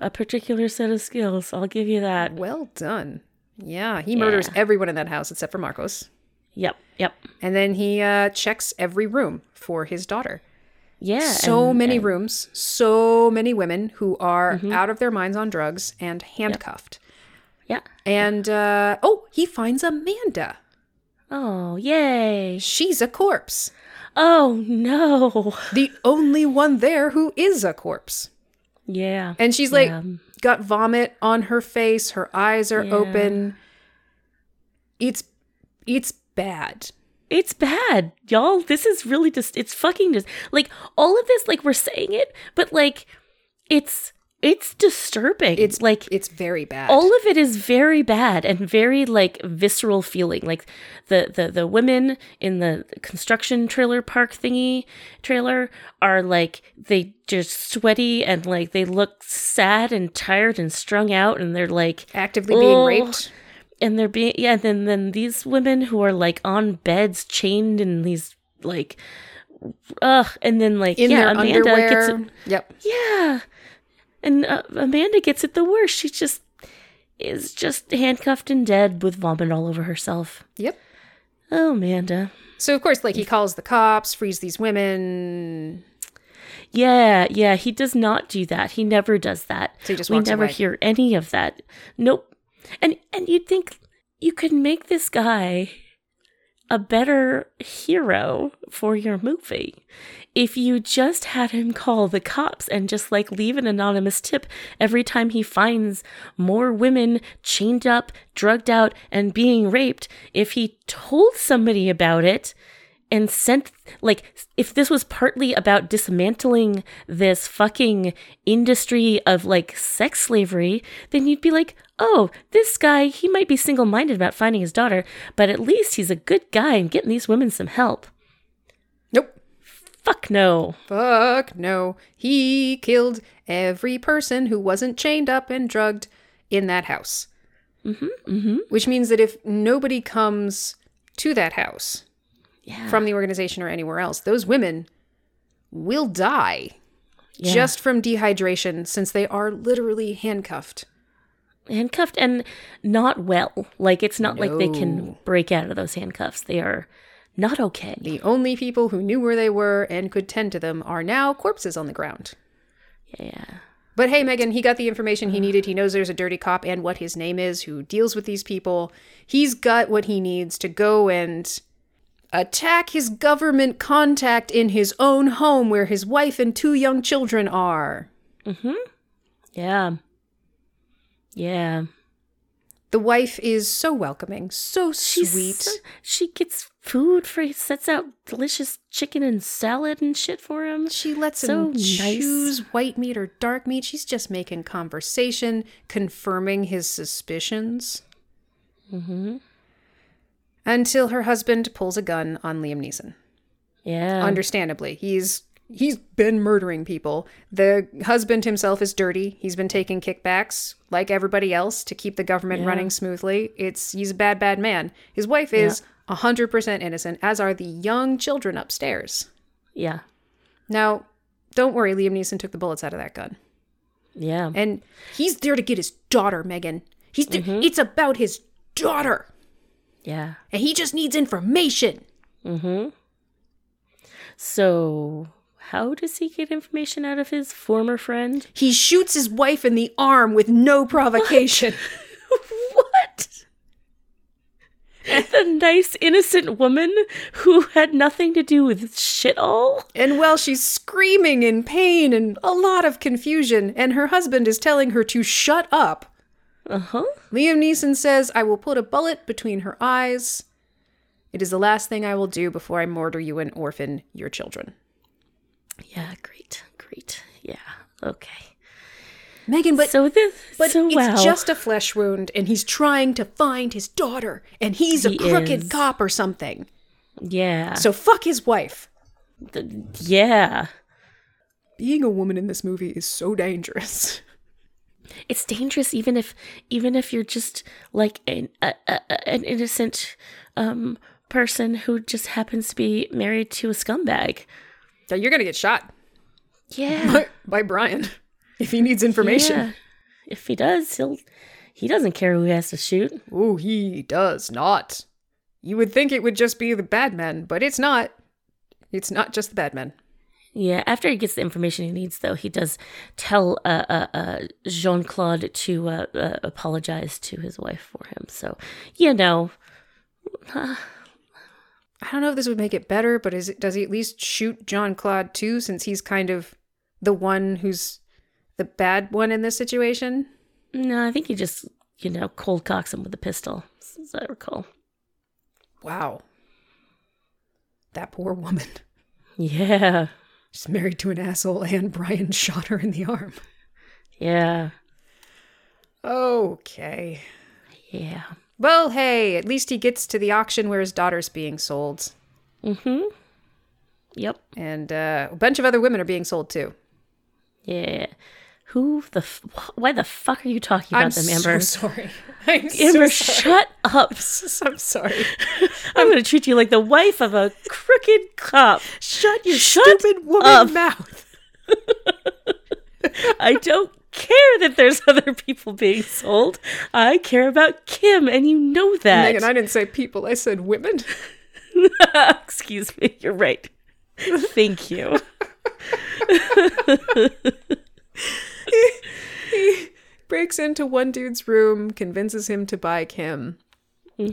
a particular set of skills. I'll give you that.
well done. Yeah, he murders everyone in that house except for Marcos,
Yep, yep,
and then he uh, checks every room for his daughter.
yeah.
So
and- Mm-hmm.
many rooms, so many women who are out of their minds on drugs and handcuffed.
yeah.
And uh, oh, he finds Amanda.
Oh, yay.
She's a corpse.
Oh, no.
The only one there who is a corpse.
Yeah.
And she's like
Yeah.
got vomit on her face, her eyes are
Yeah.
open. It's it's bad.
It's bad, y'all. This is really just, it's fucking just, like, all of this, like, we're saying it, but, like, it's, it's disturbing.
It's
like,
It's very bad.
all of it is very bad and very like visceral feeling like the the the women in the construction trailer park thingy trailer are like they just sweaty and like they look sad and tired and strung out and they're like
actively being
Oh.
raped.
and they're being yeah and then then these women who are like on beds chained in these like ugh and then like
In
yeah
their
amanda
underwear.
gets it
yep.
yeah. And uh, Amanda gets it the worst. She just is just handcuffed and dead with vomit all over herself.
Yep.
Oh, Amanda.
So of course, like he calls the cops, frees these women.
Yeah, yeah, he does not do that. He never does that.
So he just
we
walks
never
away.
hear any of that. Nope. And and you'd think you could make this guy a better hero for your movie if you just had him call the cops and just like leave an anonymous tip every time he finds more women chained up, drugged out, and being raped. If he told somebody about it, and sent like if this was partly about dismantling this fucking industry of like sex slavery then you'd be like oh this guy he might be single-minded about finding his daughter but at least he's a good guy and getting these women some help
Nope.
fuck no
Fuck no. He killed every person who wasn't chained up and drugged in that house. Mm-hmm, mm-hmm. Which means that if nobody comes to that house
yeah
from the organization or anywhere else, those women will die
Yeah.
just from dehydration since they are literally handcuffed.
handcuffed and not well like it's not like they
No.
can break out of those handcuffs they are not okay
The only people who knew where they were and could tend to them are now corpses on the ground.
yeah
But hey, Megan, he got the information he needed. He knows there's a dirty cop and what his name is who deals with these people. He's got what he needs to go and attack his government contact in his own home where his wife and two young children are.
yeah yeah
The wife is so welcoming, so
She's
sweet.
so- she gets food for he sets out delicious chicken and salad and shit for him.
she lets
so
him
nice.
choose white meat or dark meat. She's just making conversation, confirming his suspicions.
Mm-hmm.
Until her husband pulls a gun on Liam Neeson.
Yeah.
Understandably, he's he's been murdering people. The husband himself is dirty. He's been taking kickbacks like everybody else to keep the government running smoothly. It's he's a bad bad man. His wife is a 100% innocent as are the young children upstairs.
Yeah.
Now, don't worry, Liam Neeson took the bullets out of that gun.
Yeah.
And he's there to get his daughter, Megan. He's there, it's about his daughter.
Yeah. Mm-hmm.
And he just needs information.
So, how does he get information out of his former friend?
He shoots his wife in the arm with no provocation.
What? the nice, innocent woman who had nothing to do with shit all?
and while she's screaming in pain and a lot of confusion, and her husband is telling her to shut up,
Uh huh.
Liam Neeson says, I will put a bullet between her eyes. It is the last thing I will do before I murder you and orphan your children.
Yeah, great. Great. Yeah. Okay.
Megan, but
so this
But
so
it's
wow.
just a flesh wound, and he's trying to find his daughter, and he's a
He
crooked
is.
cop or something.
yeah.
So fuck his wife.
Th- yeah.
Being a woman in this movie is so dangerous.
it's dangerous even if even if you're just like an a, a, a- an innocent um person who just happens to be married to a scumbag
Now you're gonna get shot
yeah
by, by Brian if he needs
yeah
information.
if he does he'll he doesn't care who he has to shoot
Oh, he does not. You would think it would just be the bad men, but it's not. It's not just the bad men.
yeah after he gets the information he needs though he does tell uh, uh, uh, jean-claude to uh, uh, apologize to his wife for him so you know
I don't know if this would make it better, but is it, does he at least shoot John Claude too, since he's kind of the one who's the bad one in this situation?
no i think he just you know cold cocks him with a pistol as i recall
Wow. That poor woman.
yeah
She's married to an asshole, and Brian shot her in the arm.
yeah
Okay.
yeah
Well, hey, at least he gets to the auction where his daughter's being sold.
Mm-hmm. Yep.
And uh, a bunch of other women are being sold too.
Yeah. Who the? F- wh- why the fuck are you talking
I'm
about them, Amber?
so sorry. I'm
Amber,
so
shut up!
sorry. I'm sorry.
I'm gonna treat you like the wife of a crooked cop.
Shut your
Shut
stupid woman
up.
mouth.
I don't care that there's other people being sold. I care about Kim, and you know that.
Megan, I didn't say people, I said women.
Excuse me. You're right. Thank you.
breaks into one dude's room, convinces him to buy Kim,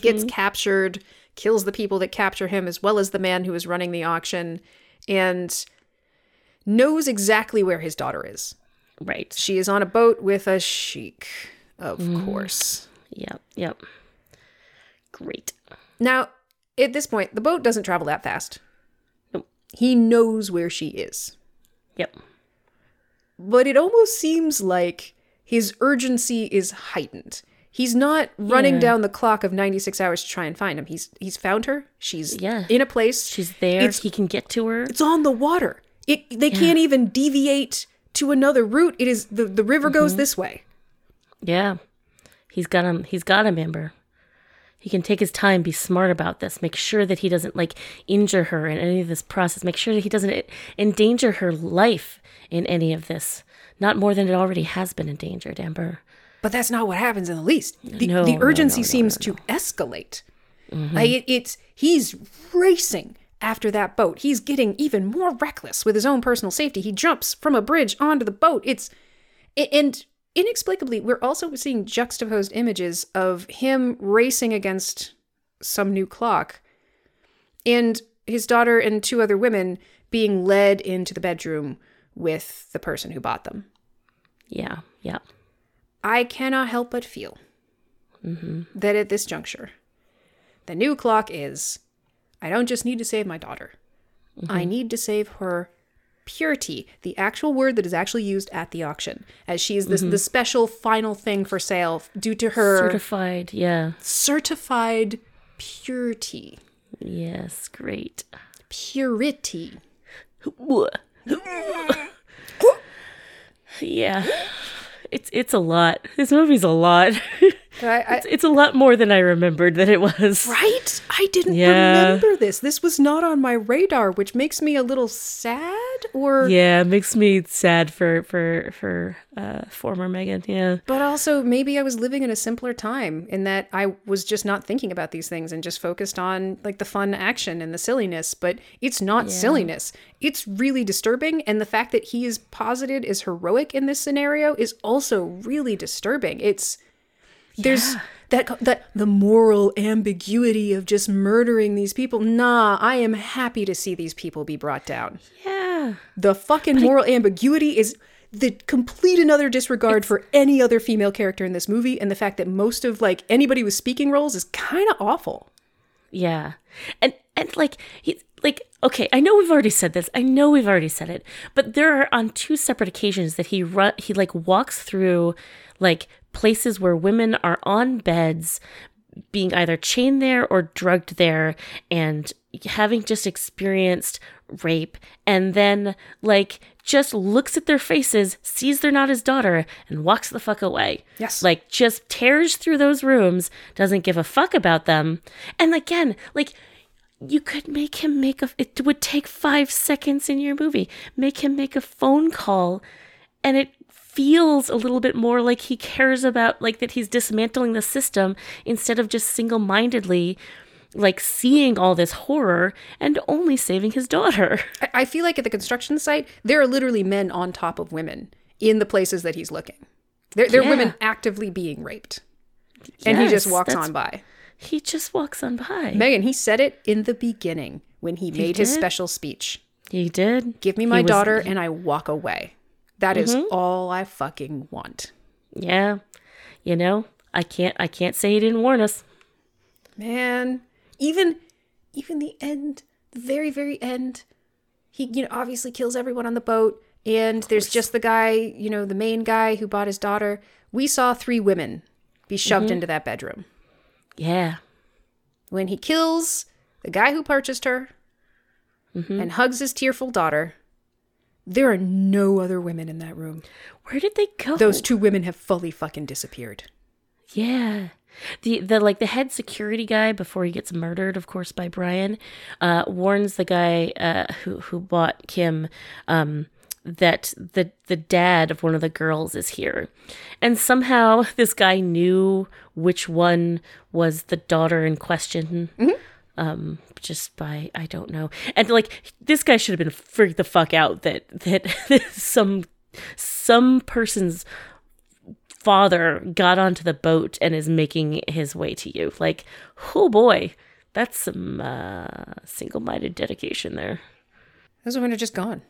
gets captured, kills the people that capture him, as well as the man who is running the auction, and knows exactly where his daughter is.
Right.
She is on a boat with a sheik, of course.
Yep. Yep. Great.
Now, at this point, the boat doesn't travel that fast.
Nope.
He knows where she is.
Yep.
but it almost seems like his urgency is heightened. He's not running
Yeah.
down the clock of 96 hours to try and find him. He's he's found her. She's
Yeah.
in a place.
She's there.
It's-
he can get to her.
it's on the water. It they can't even deviate to another route. It is the, the river
Mm-hmm.
goes this way.
Yeah. He's got him. He's got him, Amber. He can take his time, be smart about this, make sure that he doesn't like injure her in any of this process, make sure that he doesn't e- endanger her life in any of this. Not more than it already has been endangered, Amber.
But that's not what happens in the least. The,
No,
the
no, no,
urgency
no, Mm-hmm.
seems to escalate. Like it, it's he's racing after that boat. He's getting even more reckless with his own personal safety. He jumps from a bridge onto the boat. It's a- and inexplicably, we're also seeing juxtaposed images of him racing against some new clock and his daughter and two other women being led into the bedroom with the person who bought them.
Yeah, yeah.
I cannot help but feel that at this juncture, the new clock is I don't just need to save my daughter, I need to save her purity, the actual word that is actually used at the auction, as she is this, the special final thing for sale f- due to her
Certified. Yeah.
certified purity.
Yes, great.
Purity.
Wha- yeah. It's it's a lot. This movie's a lot.
I, I,
it's a lot more than I remembered that it was.
right? I didn't
Yeah.
remember this. This was not on my radar, which makes me a little sad or
Yeah, it makes me sad for for for uh, former Megan. Yeah.
But also, maybe I was living in a simpler time in that I was just not thinking about these things and just focused on like the fun action and the silliness. But it's not silliness, it's really disturbing. And the fact that he is posited as heroic in this scenario is also really disturbing. It's there's that that the moral ambiguity of just murdering these people. Nah, I am happy to see these people be brought down.
Yeah.
The fucking moral ambiguity is the complete another disregard for any other female character in this movie, and the fact that most of like anybody with speaking roles is kind of awful.
Yeah. And and like he, like okay, I know we've already said this. I know we've already said it. But there are on two separate occasions that he ru- he like walks through like places where women are on beds being either chained there or drugged there and having just experienced rape and then like just looks at their faces, sees they're not his daughter and walks the fuck away.
Yes.
Like just tears through those rooms, doesn't give a fuck about them. And again, like you could make him make a it would take 5 seconds in your movie. Make him make a phone call and it feels a little bit more like he cares about like that he's dismantling the system instead of just single-mindedly like seeing all this horror and only saving his daughter.
I, I feel like at the construction site, there are literally men on top of women in the places that he's looking. There, there are women actively being raped, and he just
Yes,
walks
that's-
on by.
He just walks on by.
Megan, he said it in the beginning when he made his
did?
special speech.
he did.
Give me
He
my
was-
daughter, and I walk away. That is all I fucking want.
Yeah. You know, I can't I can't say he didn't warn us.
man even even the end the very very end he you know obviously kills everyone on the boat and there's just the guy you know the main guy who bought his daughter we saw three women be shoved into that bedroom
Yeah.
when he kills the guy who purchased her and hugs his tearful daughter there are no other women in that room
Where did they go?
those two women have fully fucking disappeared
Yeah. The the like the head security guy before he gets murdered, of course, by Brian, uh, warns the guy uh, who who bought Kim um, that the the dad of one of the girls is here, and somehow this guy knew which one was the daughter in question. Um, just by I don't know, and like this guy should have been freaked the fuck out that that some some person's father got onto the boat and is making his way to you. Like, oh boy, that's some uh, single minded dedication there.
Those women are just gone.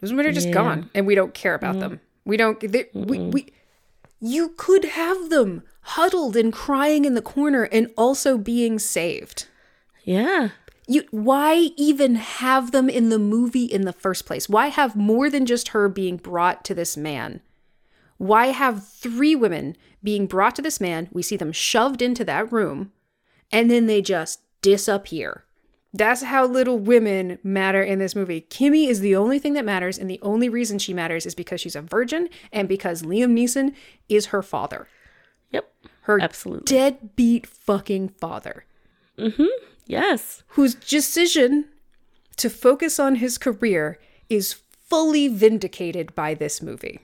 Those women are just gone, and we don't care about them. We don't. They, we, we. You could have them huddled and crying in the corner, and also being saved.
Yeah.
You why even have them in the movie in the first place? Why have more than just her being brought to this man? Why have three women being brought to this man? We see them shoved into that room and then they just disappear. That's how little women matter in this movie. Kimmy is the only thing that matters and the only reason she matters is because she's a virgin and because Liam Neeson is her father.
Yep.
Her
Absolutely.
deadbeat fucking father
yes.
whose decision to focus on his career is fully vindicated by this movie.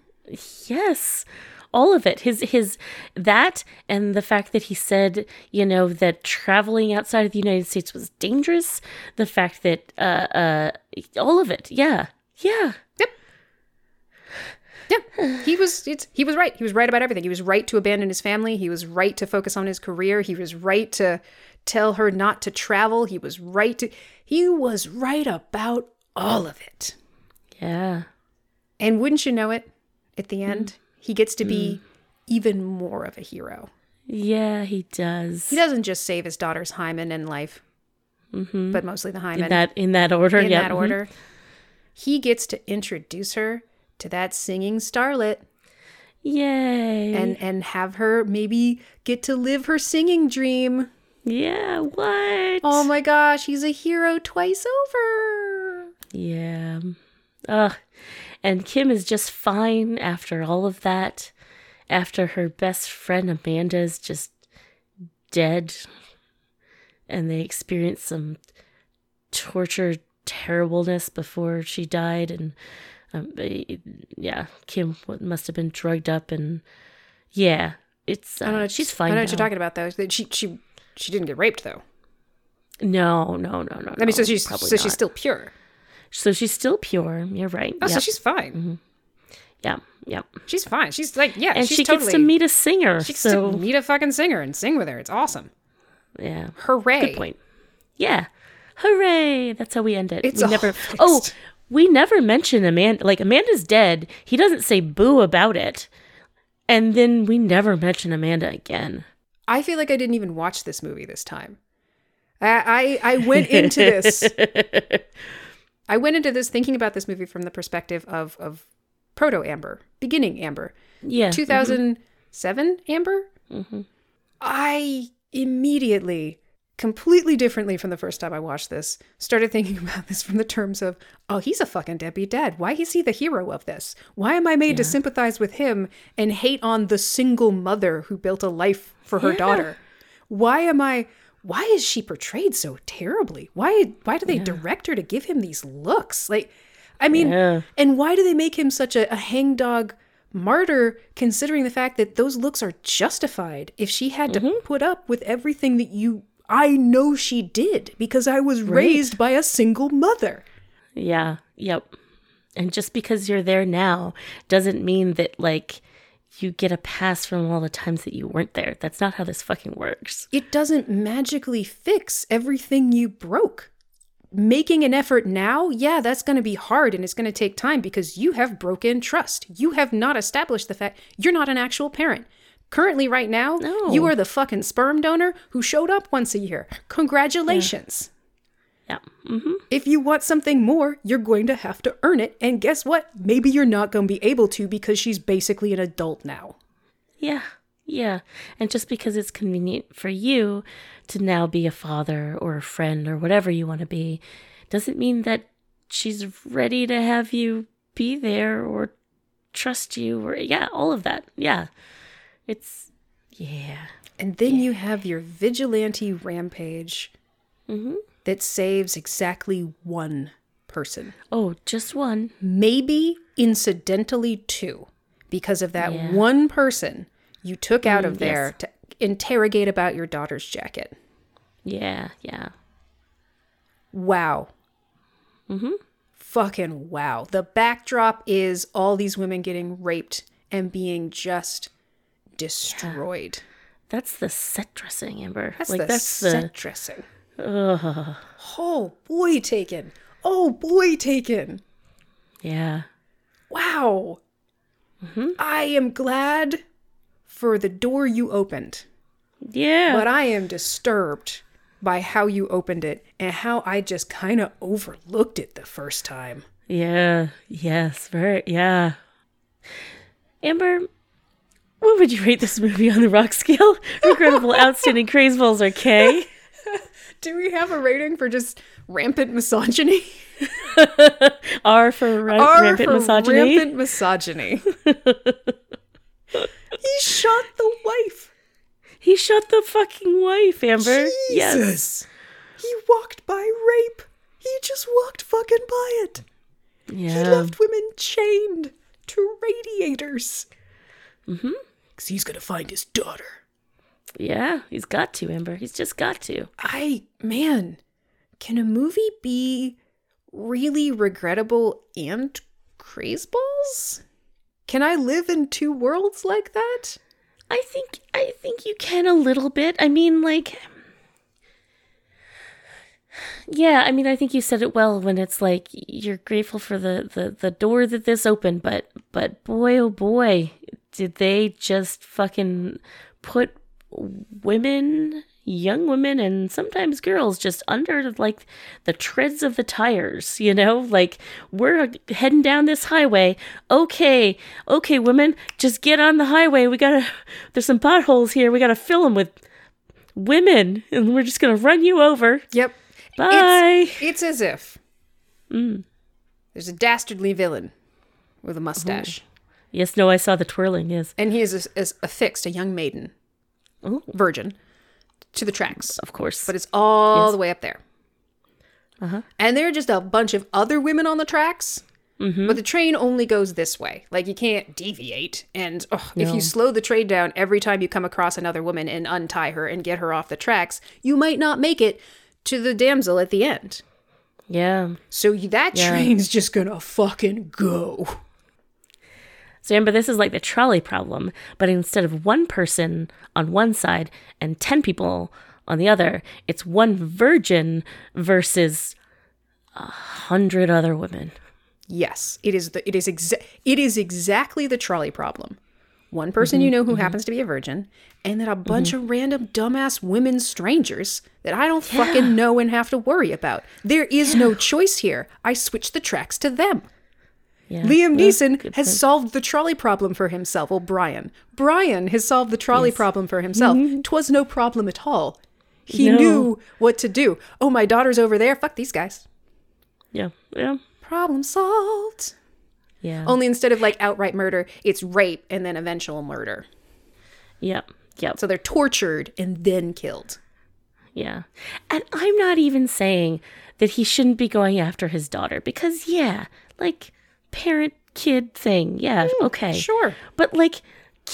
Yes. All of it. His his that and the fact that he said, you know, that traveling outside of the United States was dangerous. The fact that uh uh all of it. Yeah. Yeah.
Yeah, he was it's, he was right. He was right about everything. He was right to abandon his family. He was right to focus on his career. He was right to tell her not to travel. He was right to he was right about all of it.
Yeah.
And wouldn't you know it, at the end, he gets to be even more of a hero.
Yeah, he does.
He doesn't just save his daughter's hymen and life, but mostly the hymen.
In that in that order.
in
yeah.
that
mhm.
order. He gets to introduce her to that singing starlet
Mm-hmm. Yay.
and and have her maybe get to live her singing dream.
Yeah, what?
Oh my gosh, he's a hero twice over.
yeah. Ugh. And Kim is just fine after all of that. After her best friend Amanda's just dead. And they experienced some torture terribleness before she died. And um, eh, yeah, Kim wa- must have been drugged up. And yeah, it's, uh,
I don't know.
she's fine.
I don't know what
now.
you're talking about though. That She she she didn't get raped though.
No, no, no, no.
I mean, so
no,
she's
probably
so she's
not.
still pure.
so she's still pure. You're right.
Oh, so
Yep,
she's fine.
yep, yep.
She's fine. She's like yeah.
And
she's
she
totally,
gets to meet a singer.
She gets
so
to meet a fucking singer and sing with her. It's awesome.
yeah,
Hooray!
good point. Yeah, hooray! That's how we end it.
It's
we
all
never.
fixed.
Oh, we never mention Amanda. Like Amanda's dead. He doesn't say boo about it, and then we never mention Amanda again.
I feel like I didn't even watch this movie this time. I I, I went into this. I went into this thinking about this movie from the perspective of of proto Amber, beginning Amber,
Yeah,
2007 Amber.
hmm
I immediately, completely differently from the first time I watched this, started thinking about this from the terms of, oh, he's a fucking deadbeat dad. Why is he the hero of this? Why am I made to sympathize with him and hate on the single mother who built a life for her
Yeah.
daughter? Why am I? Why is she portrayed so terribly? Why? Why do they direct her to give him these looks? Like, I mean,
Yeah.
and why do they make him such a, a hangdog martyr, considering the fact that those looks are justified if she had to put up with everything that you. I know she did because I was raised by a single mother.
Yeah. Yep. And just because you're there now doesn't mean that like you get a pass from all the times that you weren't there. That's not how this fucking works.
It doesn't magically fix everything you broke. Making an effort now, yeah, that's going to be hard and it's going to take time because you have broken trust. You have not established the fact you're not an actual parent. Currently, right now,
No.
you are the fucking sperm donor who showed up once a year. Congratulations.
Yeah. hmm
If you want something more, you're going to have to earn it. And guess what? Maybe you're not going to be able to because she's basically an adult now.
Yeah. Yeah. And just because it's convenient for you to now be a father or a friend or whatever you want to be doesn't mean that she's ready to have you be there or trust you or yeah, all of that. Yeah. It's yeah.
And then you have your vigilante rampage
Mhm.
that saves exactly one person.
Oh, just one.
Maybe incidentally two, because of that
Yeah.
one person you took out of
Mm, yes.
there to interrogate about your daughter's jacket.
Yeah, yeah.
Wow.
Mhm.
Fucking wow. The backdrop is all these women getting raped and being just destroyed.
That's the set dressing, Amber.
That's
like
the
that's
set
the
dressing.
ugh.
Oh boy, taken. Oh boy, taken.
yeah.
Wow. I am glad for the door you opened,
Yeah.
but I am disturbed by how you opened it and how I just kind of overlooked it the first time.
yeah. Yes. Very yeah. Amber, what would you rate this movie on the rock scale? Regrettable, outstanding, crazeballs or K.
Do we have a rating for just rampant misogyny?
R for ra- rampant misogyny.
rampant misogyny. he shot the wife.
He shot the fucking wife, Amber. Yes.
Jesus. He walked by rape. He just walked fucking by it. He
Yeah.
left women chained to radiators. Mm-hmm. Because he's going to find his daughter.
Yeah. He's got to, Amber. He's just got to.
I, man, can a movie be really regrettable and crazeballs? Can I live in two worlds like that?
I think I think you can a little bit. I mean, like, yeah. I mean, I think you said it well when it's like you're grateful for the the the door that this opened, but but boy oh boy, did they just fucking put women, young women, and sometimes girls just under like the treads of the tires, you know? Like, we're uh, heading down this highway. Okay, okay, women, just get on the highway. We gotta, there's some potholes here. We gotta fill them with women, and we're just gonna run you over.
Yep.
Bye.
Mm. It's, it's as if There's a dastardly villain with a mustache,
Yes, no, I saw the twirling. Yes.
and he is, is, affixed a young maiden,
Ooh.
virgin, to the tracks.
Of course.
But it's all the way up there.
Uh-huh.
And there are just a bunch of other women on the tracks.
Mm-hmm.
But the train only goes this way. Like you can't deviate. And ugh, if
No.
you slow the train down every time you come across another woman and untie her and get her off the tracks, you might not make it to the damsel at the end.
yeah.
So you, that train's just gonna fucking go.
So remember, this is like the trolley problem, but instead of one person on one side and 10 people on the other, it's one virgin versus a hundred other women.
Yes, it is the it is exa- it is exactly the trolley problem. One person
Mm-hmm.
you know who happens to be a virgin, and then a bunch of random dumbass women strangers that I don't fucking know and have to worry about. There is no choice here. I switch the tracks to them.
Yeah.
Liam
Yeah,
Neeson
good
has
point.
solved the trolley problem for himself. Well, Brian. Brian has solved the trolley problem for himself. Twas no problem at all. He
Mm-hmm. No.
knew what to do. Oh, my daughter's over there. Fuck these guys.
Yeah. Yeah.
Problem solved.
Yeah.
Only instead of like outright murder, it's rape and then eventual murder.
Yep. Yep.
So they're tortured and then killed.
Yeah. And I'm not even saying that he shouldn't be going after his daughter because, yeah, like parent kid thing. Yeah. okay.
sure.
But, like,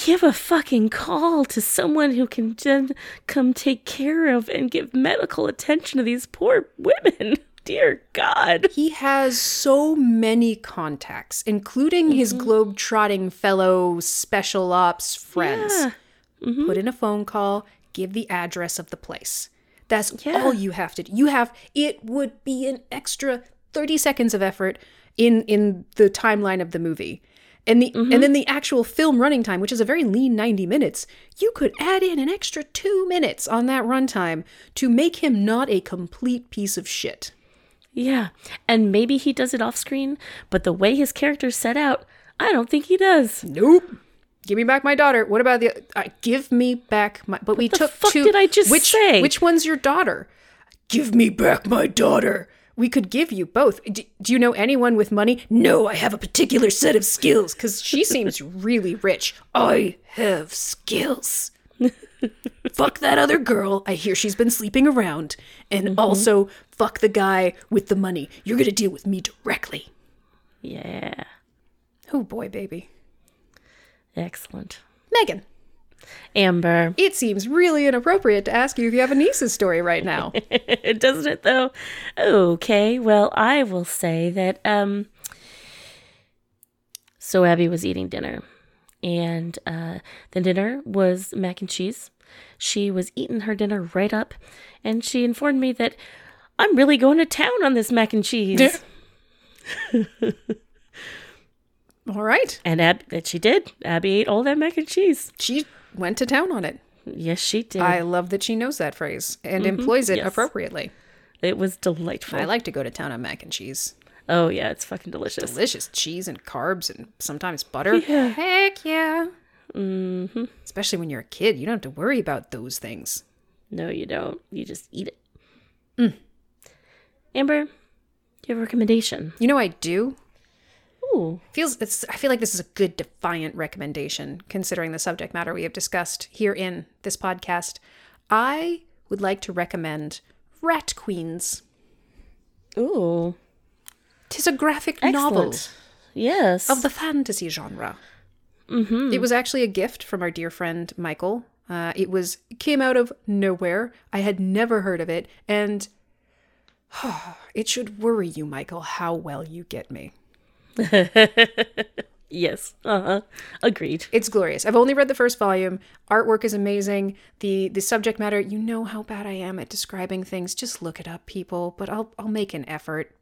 give a fucking call to someone who can then come take care of and give medical attention to these poor women. Dear God.
He has so many contacts, including his
Mm-hmm.
globe-trotting fellow special ops friends.
Yeah. Mm-hmm.
Put in a phone call, give the address of the place. That's
Yeah.
all you have to do. You have it would be an extra 30 seconds of effort in in the timeline of the movie. And the
Mm-hmm.
and then the actual film running time, which is a very lean 90 minutes, you could add in an extra 2 minutes on that runtime to make him not a complete piece of shit.
Yeah. And maybe he does it off screen, but the way his character's set out, I don't think he does.
Nope. Give me back my daughter. What about the? Uh, give me back my. But we
the
took
fuck
two.
did I just
which,
say?
Which one's your daughter? Give me back my daughter. We could give you both. D- do you know anyone with money? No, I have a particular set of skills because she seems really rich. I have skills. fuck that other girl. I hear she's been sleeping around. And
Mm-hmm.
also, fuck the guy with the money. You're going to deal with me directly.
Yeah.
Oh boy, baby.
Excellent.
Megan.
Amber.
It seems really inappropriate to ask you if you have a niece's story right now.
doesn't it though okay well i will say that um so abby was eating dinner and uh the dinner was mac and cheese she was eating her dinner right up and she informed me that i'm really going to town on this mac and cheese
all right.
and Ab- that she did abby ate all that mac and cheese
She went to town on it.
yes she did
I love that she knows that phrase and employs it
yes.
appropriately.
it was delightful
I like to go to town on mac and cheese.
oh yeah it's fucking delicious
Delicious cheese and carbs and sometimes butter. Heck yeah. Especially when you're a kid, you don't have to worry about those things.
No, you don't. You just eat it.
Mm.
Amber, do you have a recommendation?
You know, I do.
Ooh.
Feels it's, I feel like this is a good defiant recommendation considering the subject matter we have discussed here in this podcast. I would like to recommend Rat Queens.
Ooh.
Tis a graphic novel
Excellent. Yes.
of the fantasy genre. It was actually a gift from our dear friend Michael. Uh, it was came out of nowhere. I had never heard of it, and it should worry you, Michael, how well you get me.
yes. Uh huh. Agreed.
It's glorious. I've only read the first volume. Artwork is amazing. The the subject matter, you know how bad I am at describing things. Just look it up, people, but I'll I'll make an effort.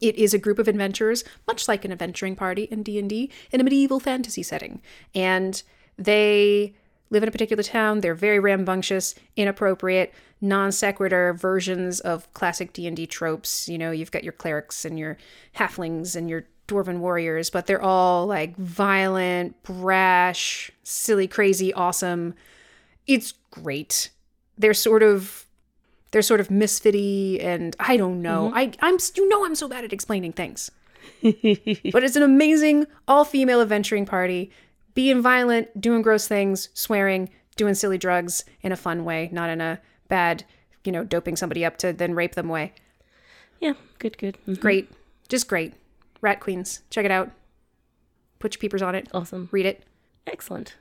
It is a group of adventurers, much like an adventuring party in D&D, in a medieval fantasy setting. And they live in a particular town. They're very rambunctious, inappropriate, non sequitur versions of classic D&D tropes. You know, you've got your clerics and your halflings and your dwarven warriors, but they're all like violent, brash, silly, crazy, awesome. It's great. They're sort of they're sort of misfitty and I don't know. I I'm you know I'm so bad at explaining things. but it's an amazing all female adventuring party, being violent, doing gross things, swearing, doing silly drugs in a fun way, not in a bad, you know, doping somebody up to then rape them way.
Yeah, good, good. Mhm.
Great. Just great. Rat Queens. Check it out. Put your peepers on it.
Awesome.
Read it.
Excellent.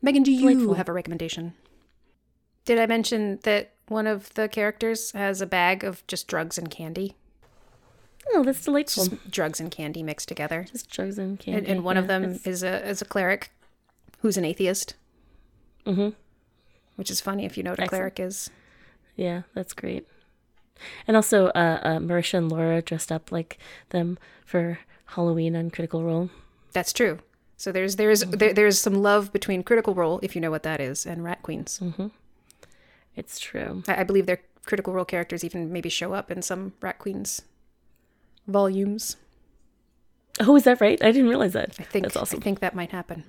Megan, do you
Delightful.
have a recommendation? Did I mention that one of the characters has a bag of just drugs and candy?
Oh, that's
It's
delightful.
just drugs and candy mixed together.
Just drugs and candy.
And, and one
yeah,
of them
that's-
is a is a cleric who's an atheist.
Mhm.
Which is funny if you know what a
Excellent.
cleric is.
yeah, that's great. And also, uh, uh, Marisha and Laura dressed up like them for Halloween on Critical Role.
That's true. So there's there's
Mm-hmm.
there, there's some love between Critical Role, if you know what that is, and Rat Queens.
Mm. It's true.
I, I believe their Critical Role characters even maybe show up in some Rat Queens volumes.
Oh, is that right? I didn't realize that.
I think
that's awesome.
I think that might happen.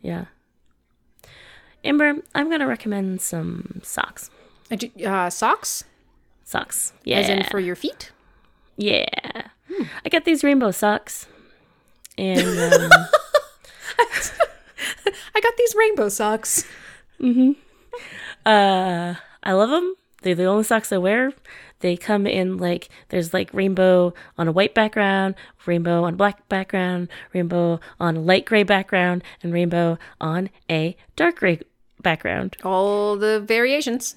Yeah. Amber, I'm gonna recommend some socks.
Uh, do- uh, socks,
Socks. Yeah.
as in Hmm. for your feet.
yeah. I got these rainbow socks, and um,
I got these rainbow socks.
uh, I love them. They're the only socks I wear. They come in like there's like rainbow on a white background, rainbow on a black background, rainbow on a light gray background, and rainbow on a dark gray background.
All the variations.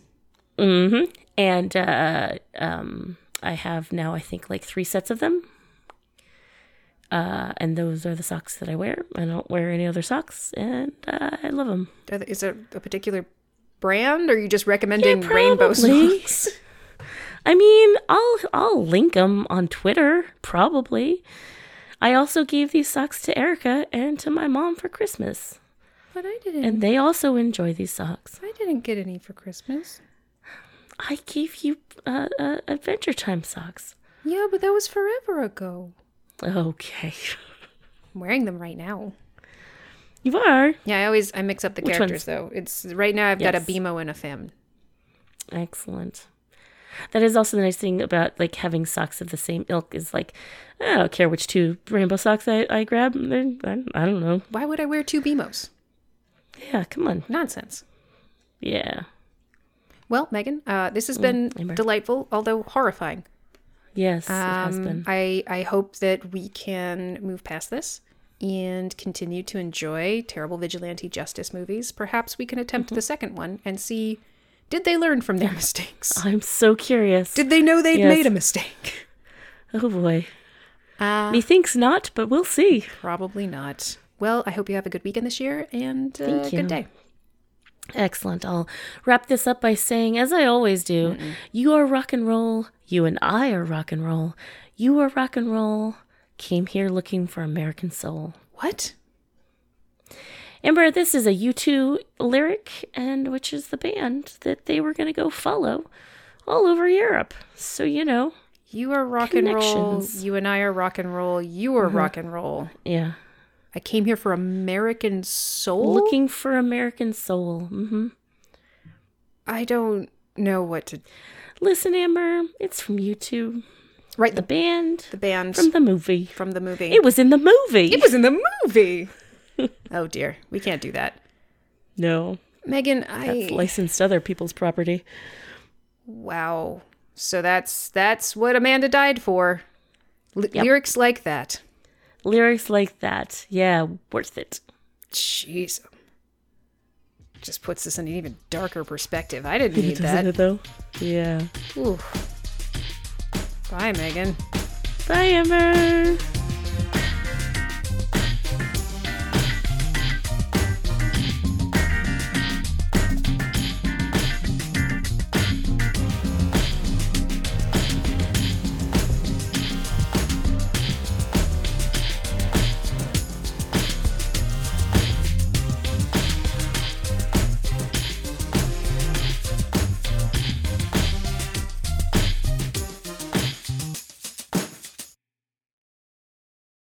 Mm-hmm. And uh, um, I have now, I think, like three sets of them. Uh, and those are the socks that I wear. I don't wear any other socks, and uh, I love them.
Are th- Is there a particular brand, or are you just recommending
Yeah,
rainbow
probably.
socks?
I mean, I'll I'll link them on Twitter probably. I also gave these socks to Erica and to my mom for Christmas,
But I didn't.
and they also enjoy these socks.
I didn't get any for Christmas.
I gave you uh, uh, Adventure Time socks.
Yeah, but that was forever ago.
Okay,
I'm wearing them right now.
you are
Yeah, I always I mix up the
Which
characters though. It's right now I've got a
Yes.
BMO and a Fem.
Excellent. That is also the nice thing about like having socks of the same ilk is like I don't care which two rainbow socks I, I grab. They're, I, I don't know.
Why would I wear two BMOs?
Yeah, come on.
Nonsense.
Yeah,
Well, Megan, uh, this has been
Mm, Amber.
delightful, although horrifying.
yes, it has
Um,
been.
I I hope that we can move past this and continue to enjoy terrible vigilante justice movies. Perhaps we can attempt
Mm-hmm.
the second one and see did they learn from their mistakes?
I'm so curious.
Did they know they'd
Yes.
made a mistake?
oh boy,
Uh,
methinks not, but we'll see.
Probably not. Well, I hope you have a good weekend this year and uh,
Thank you.
good day.
Excellent. I'll wrap this up by saying, as I always do, you are rock and roll. You and I are rock and roll. You are rock and roll. Came here looking for American soul.
What?
Amber, this is a U2 lyric, and which is the band that they were going to go follow all over Europe. So, you know,
You are rock and roll.
Connections. Mm-hmm.
You and I are rock and roll. You are rock and roll.
yeah.
I came here for American soul.
Looking for American soul. hmm
I don't know what to
Listen, Amber, it's from U2,
write
the
the,
band
the band
from
from,
the movie.
the movie.
It was in the movie.
It was in the movie. oh dear, we can't do that.
no,
Megan,
that's
I
licensed other people's property.
wow. So that's that's what Amanda died for. L- Lyrics like that.
Lyrics like that. Yeah, worth it.
Jeez. Just puts this in an even darker perspective. I didn't need
Doesn't
that.
it, though? Yeah.
Ooh. Bye, Megan.
Bye, Amber.